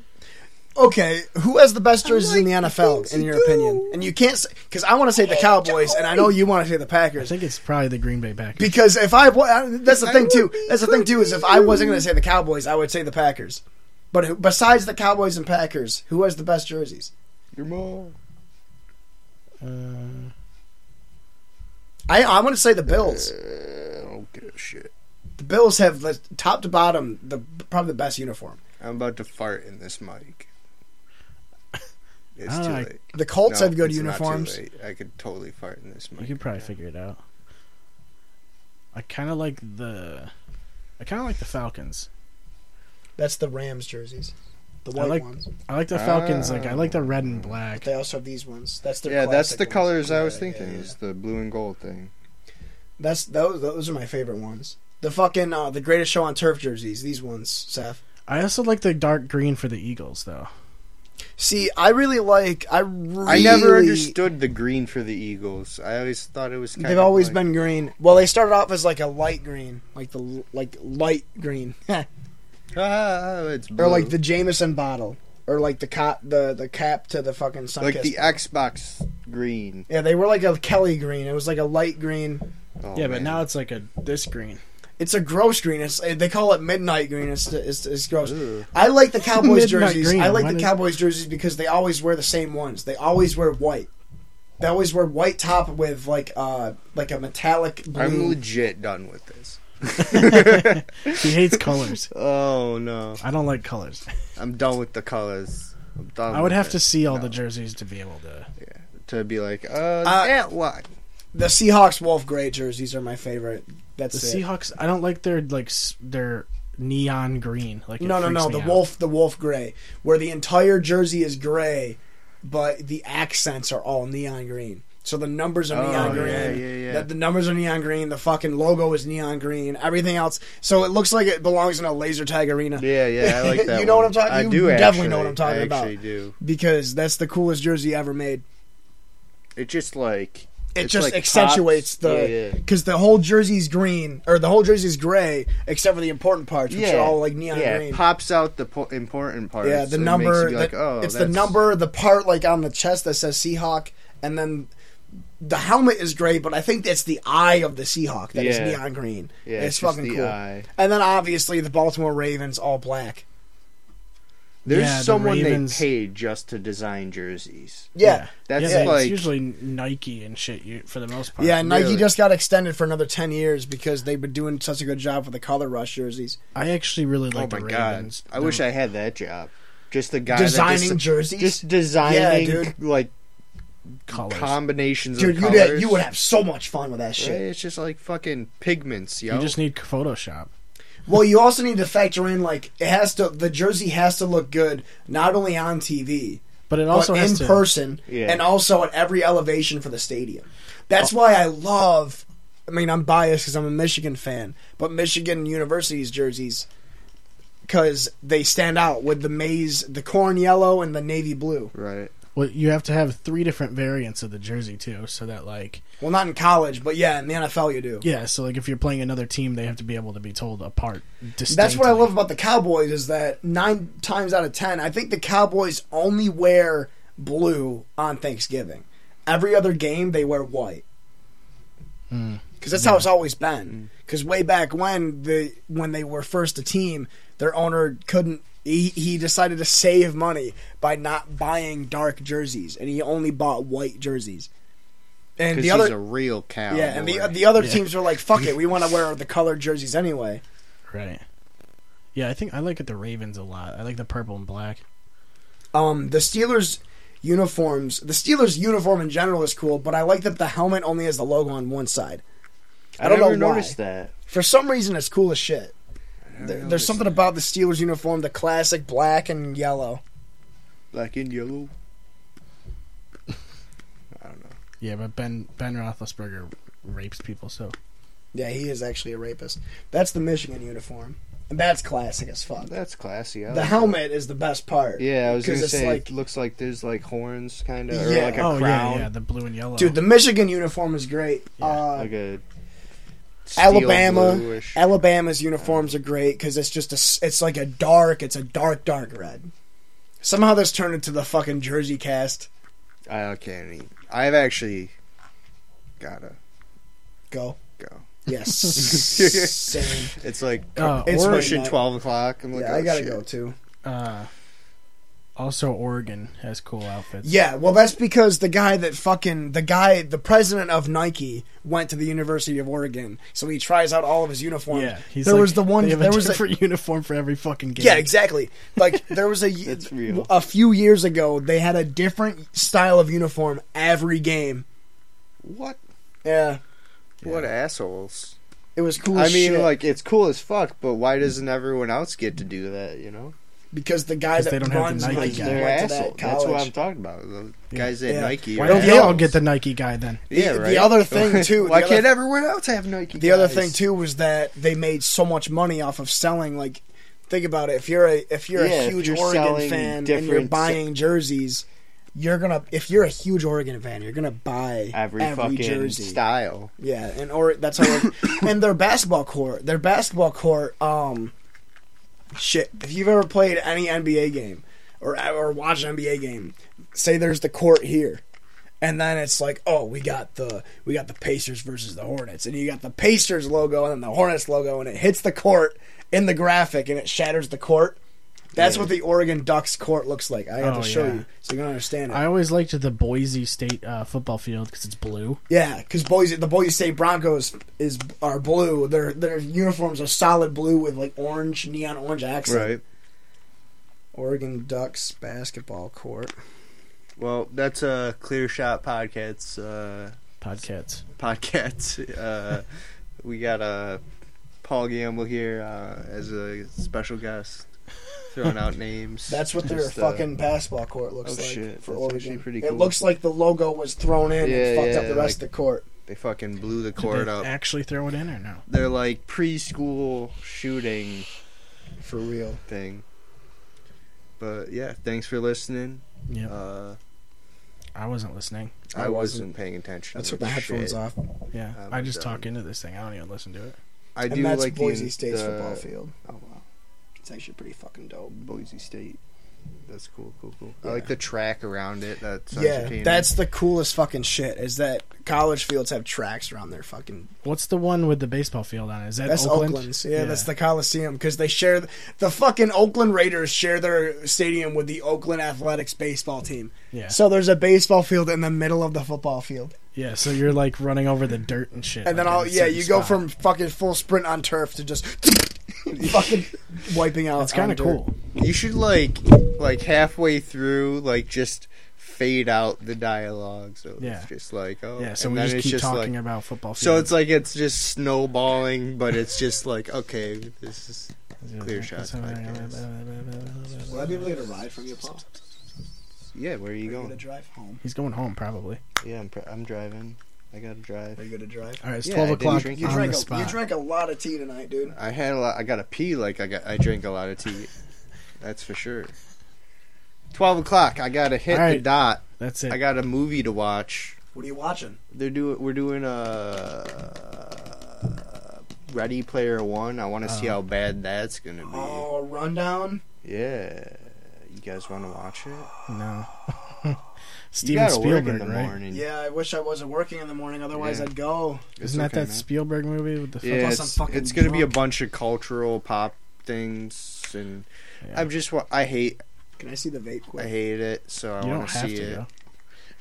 A: Okay, who has the best jerseys in the
C: like the
A: NFL
C: things
A: in
C: you
A: your
C: do.
A: opinion? And you can't say because I want to say the Cowboys, and I know you want to say the
B: I
A: Packers.
B: think it's probably the Green Bay Packers.
A: Because if I, wa- that's the
C: I
A: thing too.
C: would be
A: That's the thing too is if I wasn't going to say the Cowboys, I would say the Packers. But who, besides the Cowboys and Packers, who has the best jerseys?
C: Your mom.
B: uh,
A: I I want to say the Bills.
C: Uh, I don't give a shit.
A: The Bills have the top to bottom the probably the best uniform.
C: I'm about to fart in this mic. It's
B: I
C: too
B: don't like-
C: late.
A: The Colts
C: No,
A: have good
C: it's not too
A: uniforms.
C: late. I could totally fart in this mic.
B: you could probably figure it out. I kind of like the, I kind of like the Falcons.
A: That's the Rams jerseys, the
B: I
A: white
B: like-
A: ones.
B: I like the Falcons. Like I like the red and black.
A: They also have these ones. That's their
C: Yeah, that's
A: classic
C: the
A: ones.
C: colors I was
A: Yeah, yeah,
C: thinking.
A: yeah.
C: Is the blue and gold thing.
A: That's those. Those are my favorite ones. The fucking uh, the greatest show on turf jerseys. These ones, Seth.
B: I also like the dark green for the Eagles, though.
A: See, I really like. I really,
C: I never understood the green for the Eagles. I always thought it was. Kind
A: They've
C: of
A: always
C: like-
A: been green. Well, they started off as like a light green, like the l- like light green,
C: Ah, it's blue.
A: or like the Jameson bottle, or like the cop the the cap to the fucking Sunkist.
C: like the Xbox green.
A: yeah, they were like a Kelly green. It was like a light green.
C: Oh,
B: yeah, but
C: man.
B: now it's like a this green.
A: It's a gross green. It's eh, they call it midnight green. It's it's, it's gross.
C: Ugh.
A: I like the Cowboys
B: Midnight
A: jerseys.
B: green.
A: I like
B: Why
A: the
B: did-
A: Cowboys jerseys because they always wear the same ones. They always wear white. They always wear white top with like uh like a metallic blue.
C: I'm legit done with this.
B: He hates colors.
C: Oh no,
B: I don't like colors.
C: I'm done with the colors. I'm done.
B: I would
C: with
B: have
C: it.
B: to see all
C: No.
B: the jerseys to be able to.
C: to be like, uh, that one.
A: the Seahawks wolf gray jerseys are my favorite.
B: The
A: That's it.
B: Seahawks. I don't like their like s- their neon green. Like it
A: no, no,
B: freaks
A: no.
B: me
A: The
B: out.
A: wolf, the wolf gray, where the entire jersey is gray, but the accents are all neon green. So the numbers are
C: Oh,
A: neon green.
C: yeah, yeah, yeah.
A: The, the numbers are neon green. The fucking logo is neon green. Everything else. So it looks like it belongs in a laser tag arena.
C: Yeah, yeah, I like that.
A: You know what
C: one.
A: I'm talking-
C: I
A: you
C: do
A: definitely know what
C: actually.
A: I'm talking
C: I
A: about.
C: Actually, do
A: because that's the coolest jersey ever made.
C: it just like
A: It
C: it's
A: just
C: like
A: accentuates
C: tops.
A: the because the whole jersey's green or the whole jersey's gray except for the important parts,
C: yeah,
A: which
C: yeah.
A: are all like neon
C: yeah,
A: green.
C: It pops out the po- important parts.
A: yeah, the
C: and
A: number.
C: Makes you be like,
A: the-
C: oh,
A: it's the
C: that's-
A: number, the part like on the chest that says Seahawk, and then the helmet is gray, but I think it's the eye of the Seahawk that is
C: Yeah.
A: neon green.
C: Yeah,
A: it's,
C: it's just
A: fucking
C: the
A: cool.
C: eye.
A: And then obviously the Baltimore Ravens all black.
C: There's
B: Yeah, the
C: someone they
B: Ravens-
C: paid just to design jerseys.
A: Yeah,
C: That's
B: yeah, it's
C: like-
B: usually Nike and shit you, for the most part.
A: yeah. Nike
C: Really?
A: just got extended for another ten years because they've been doing such a good job with the color rush jerseys.
B: I actually really like
C: oh
B: the
C: my
B: Ravens.
C: god, I wish I had that job. Just the guy
A: Designing
C: that just,
A: jerseys,
C: just designing
A: Yeah, dude. like
C: like
B: colors.
C: combinations
A: dude,
C: of
A: you'd
C: colors.
A: have, you would have so much fun with that
C: Right?
A: shit.
C: It's just like fucking pigments, yo.
B: you just need Photoshop.
A: Well, you also need to factor in like it has to. The jersey has to look good not only on TV
B: But it also
A: but
B: has
A: in
B: to.
A: person
C: Yeah.
A: and also at every elevation for the stadium. That's why I love. I mean, I'm biased because I'm a Michigan fan, but Michigan University's jerseys because they stand out with the maize, the corn yellow, and the navy blue.
C: right.
B: well, you have to have three different variants of the jersey too, so that like
A: Well, not in college, but yeah, in the NFL you do.
B: yeah, so like if you're playing another team, they have to be able to be told apart. Distinctly.
A: That's what I love about the Cowboys is that nine times out of ten, I think the Cowboys only wear blue on Thanksgiving. Every other game, they wear white. Because that's how it's always been. Because way back when the when they were first a team, their owner couldn't. He, he decided to save money by not buying dark jerseys, and he only bought white jerseys. And
C: Because
A: the
C: he's
A: other
C: a real cow.
A: yeah, and the the other teams were like, "Fuck it, we want to wear the colored jerseys anyway."
B: Right. Yeah, I think I like it the Ravens a lot. I like the purple and black.
A: Um, the Steelers uniforms, the Steelers uniform in general is cool, but I like that the helmet only has the logo on one side. I don't
C: never
A: know why.
C: noticed that.
A: For some reason, it's cool as shit. There, there's
C: noticed
A: something about the Steelers uniform, the classic black and yellow.
C: Black and yellow. I don't know.
B: Yeah, but Ben Ben Roethlisberger rapes people, so
A: Yeah, he is actually a rapist. That's the Michigan uniform, and that's classic as fuck.
C: That's classy. I
A: The
C: like
A: helmet is the best part.
C: that. Yeah, I was
A: 'Cause
C: gonna
A: it's
C: say
A: like-
C: it looks like there's like horns, kind of, or
A: Yeah.
C: like a
B: oh
C: crown,
B: yeah, yeah, the blue and yellow.
A: dude, the Michigan uniform is great.
B: Yeah,
A: uh,
C: like a steel
A: Alabama,
C: bluish.
A: Alabama's uniforms are great because it's just a, s- it's like a dark, it's a dark, dark red. Somehow this turned into the fucking Jersey cast.
C: I can't. Even, I've actually gotta
A: Go.
C: go.
A: Yes. Same.
C: It's like
B: Uh,
A: It's
C: it's
A: Oregon
C: pushing
A: night.
C: twelve o'clock. I'm like,
A: Yeah,
C: oh,
A: I gotta
C: shit.
A: go too.
B: uh, also Oregon has cool outfits.
A: Yeah, well, that's because the guy that fucking the guy, the president of Nike, went to the University of Oregon, so he tries out all of his uniforms.
B: Yeah, he's
A: there
B: like,
A: was the one.
B: They have
A: There
B: a
A: was a,
B: different uniform for every fucking game.
A: Yeah, exactly. Like there was a y-
C: That's real.
A: a few years ago, they had a different style of uniform every game.
C: What?
A: Yeah,
C: What assholes?
A: it was cool.
C: I
A: as
C: mean,
A: shit.
C: like it's cool as fuck, but why doesn't everyone else get to do that? You know?
A: because the guy
B: 'Cause
A: that
B: they don't have the
A: runs
B: Nike
A: Nike
B: guy.
C: They're
A: went to that
C: asshole. That's what I'm
A: college.
C: talking about. The
B: Yeah.
C: guys at
A: Yeah.
C: Nike.
B: Why
C: are
B: don't they all
C: assholes.
B: get the Nike guy then?
C: Yeah,
A: The- the
C: right.
A: other thing, too,
C: Why
A: the
C: can't
A: other-
C: everyone else have Nike?
A: The other
C: guys?
A: thing too was that they made so much money off of selling. Like, think about it. If you're a if you're
C: Yeah,
A: a
C: if
A: huge
C: you're
A: Oregon
C: selling
A: fan and you're
C: different-
A: buying jerseys, you're gonna. If you're a huge Oregon fan, you're gonna buy
C: every, fucking
A: jersey.
C: style.
A: Yeah, and or that's how. It, and their basketball court, their basketball court. Um, shit. If you've ever played any NBA game or or watched an NBA game, say there's the court here, and then it's like, oh, we got the we got the Pacers versus the Hornets, and you got the Pacers logo and then the Hornets logo, and it hits the court in the graphic, and it shatters the court. That's what the Oregon Ducks court looks like. I have
B: Oh,
A: to show
B: yeah.
A: you so you can understand it.
B: I always liked the Boise State uh, football field because it's blue.
A: Yeah, because Boise, the Boise State Broncos is are blue. Their their uniforms are solid blue with like orange, neon orange accent.
C: Right.
A: Oregon Ducks basketball court.
C: Well, that's a clear shot podcast. Uh,
B: Podcasts.
C: podcast. Uh, we got uh, Paul Gamble here uh, as a special guest, throwing out names.
A: That's what their
C: Just, uh,
A: fucking basketball court looks
C: oh,
A: like
C: shit,
A: for
C: that's
A: Oregon.
C: actually pretty
A: It
C: cool.
A: looks like the logo was thrown in and
C: Yeah,
A: fucked up
C: yeah,
A: the rest of the court.
C: They fucking blew the
B: Did
C: court
B: they
C: up.
B: actually throw it in or no?
C: They're like preschool shooting
A: For real.
C: thing. But yeah, thanks for listening.
B: Yeah,
C: Uh,
B: I wasn't listening.
C: I,
A: I wasn't.
C: wasn't paying attention.
A: That's
C: to
A: what the
C: this
A: headphones
C: Oh, shit.
A: off.
B: Yeah,
C: I'm
B: I just
C: done.
B: talk into this thing. I don't even listen to it.
C: I do
A: And that's
C: like the-
A: Boise State's
C: the-
A: football field.
C: Oh wow,
A: It's actually pretty fucking dope.
C: Boise State. That's cool, cool, cool.
A: Yeah.
C: I like the track around it. That's
A: Yeah,
C: entertaining.
A: that's the coolest fucking shit. Is that college fields have tracks around their fucking
B: What's the one with the baseball field on it? Is that
A: That's
B: Oakland?
A: Oakland's. Yeah, that's the Coliseum because they share the fucking Oakland Raiders share their stadium with the Oakland Athletics baseball team.
B: yeah.
A: So there's a baseball field in the middle of the football field,
B: yeah. So you're like running over the dirt and shit.
A: and then
B: like,
A: all
B: in a
A: yeah,
B: certain
A: you go
B: spot.
A: from fucking full sprint on turf to just fucking wiping out.
B: That's
A: on
B: kind of
A: dirt.
B: cool.
C: You should like like halfway through, like just fade out the dialogue. So
B: Yeah.
C: it's just like oh
B: Yeah. So
C: and
B: we
C: then
B: just
C: it's
B: keep
C: like,
B: talking about football. Field.
C: So it's like it's just snowballing, but it's just like okay, this is clear shot
A: Will I be able to get a ride from you, Paul?
C: yeah. Where are you
A: Are you gonna
C: going?
A: drive home?
B: He's going home probably.
C: Yeah, I'm, pr- I'm driving. I gotta drive.
A: Are you gonna drive?
B: All right, it's
C: Yeah, I
B: twelve
C: didn't
B: o'clock
C: drink
A: You
B: on
A: drank
B: the
A: a, you
B: spot.
A: drank a lot of tea tonight, dude.
C: I had a lot. I gotta pee. Like I got. I drink a lot of tea. That's for sure. Twelve o'clock. I gotta hit the
B: Alright.
C: dot.
B: That's
C: I
B: it.
C: got a movie to watch.
A: What are you watching?
C: They're doing. We're doing a Ready Player One. I want to see
B: Oh.
C: how bad that's gonna be.
A: Oh, rundown.
C: Yeah. You guys want to watch it?
B: No.
C: you
B: Steven
C: gotta work in
B: Spielberg,
C: the
B: right?
C: morning.
A: Yeah, I wish I wasn't working in the morning. Otherwise,
C: Yeah.
A: I'd go.
C: It's
B: Isn't that
C: okay,
B: that
C: man.
B: Spielberg movie with the
C: Yeah,
B: football?
A: Plus I'm
C: it's,
A: fucking
C: it's gonna be a
A: drunk.
C: bunch of cultural pop things, and
B: Yeah.
C: I'm just. wa- I hate.
A: Can I see the vape
C: I
A: quick?
C: hate it. So I
B: you
C: want
B: don't
C: to
B: have
C: see it.
B: to go.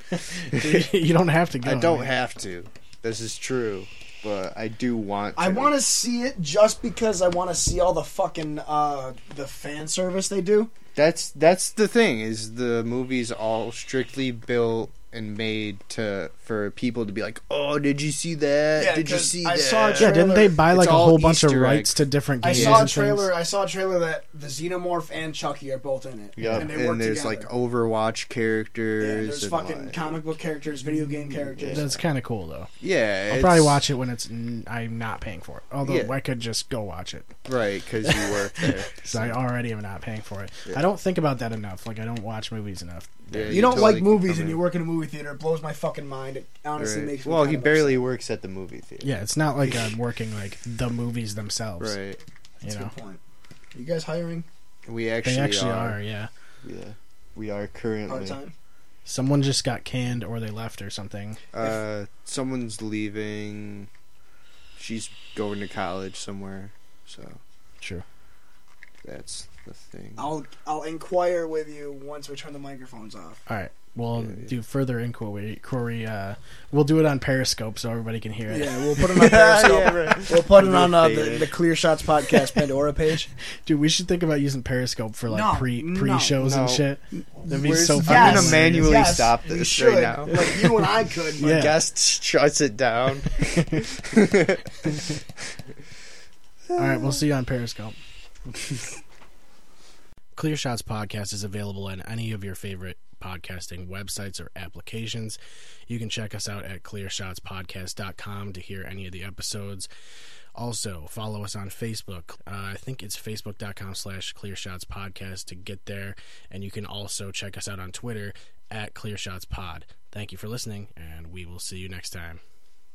B: you don't have to go.
C: I don't
B: man.
C: have to. This is true, but I do want. To.
A: I want to see it just because I want to see all the fucking uh, the fan service they do.
C: That's that's the thing is the movies all strictly built and made to for people to be like, oh, did you see that?
A: Yeah,
C: did you
A: 'cause
C: see
A: I
C: that?
A: saw a
B: Yeah, didn't they buy
C: It's
B: like a
C: all
B: whole bunch of
C: Easter
B: rights
C: eggs.
B: to different
A: I
B: games?
A: saw a
B: and things?
A: trailer. I saw a trailer that the Xenomorph and Chucky are both in it.
C: Yup,
A: and
C: and,
A: they work
C: there's
A: together.
C: like Overwatch
A: yeah,
C: characters.
A: there's
C: and
A: fucking
C: like-
A: comic book characters, video game characters.
B: That's kind of cool though.
C: yeah.
B: I'll probably watch it when it's n- I'm not paying for it. Although
C: Yeah.
B: I could just go watch it
C: right because you work there.
B: because I already am not paying for it.
C: Yeah.
B: I don't think about that enough. Like I don't watch movies enough.
C: Yeah,
A: you don't
C: totally
A: like
C: can
A: movies
C: come
A: and
C: in.
A: you work in a movie theater. It blows my fucking mind. It honestly
C: Right.
A: makes me
C: Well,
A: kind
C: he
A: of
C: barely works at the movie theater.
B: Yeah, it's not like I'm working like the movies themselves.
C: Right.
A: upset.
B: You
A: That's a
B: know,
A: good point. Are you guys hiring
C: We actually,
B: they actually are.
C: are.
B: Yeah,
C: Yeah. We are
A: part
C: currently.
A: time?
B: someone just got canned or they left or something.
C: Uh, someone's leaving. She's going to college somewhere, so
B: True.
C: that's the thing.
A: I'll I'll inquire with you once we turn the microphones off.
B: All right. We'll
C: Yeah, yeah.
B: do further inquiry. inquiry, uh, we'll do it on Periscope so everybody can hear it.
A: Yeah, we'll put it on Periscope. We'll put it on uh, the,
C: Faded.
A: the Clear Shots Podcast Pandora page.
B: Dude, we should think about using Periscope for like
A: No,
B: pre
A: no.
B: pre shows and
C: No.
B: shit. That'd be
C: Where's-
B: so.
C: I'm
B: fucking
C: gonna
B: hilarious.
C: manually
A: yes,
C: stop
A: we
C: this
A: should.
C: right now.
A: Like you and I could. But
B: Yeah.
C: Guest shuts it down.
B: All right, we'll see you on Periscope. Clear Shots Podcast is available on any of your favorite podcasting websites or applications. You can check us out at clearshotspodcast.com to hear any of the episodes. Also, follow us on Facebook. Uh, I think it's facebook.com slash clearshotspodcast to get there. And you can also check us out on Twitter at clearshotspod. Thank you for listening, and we will see you next time.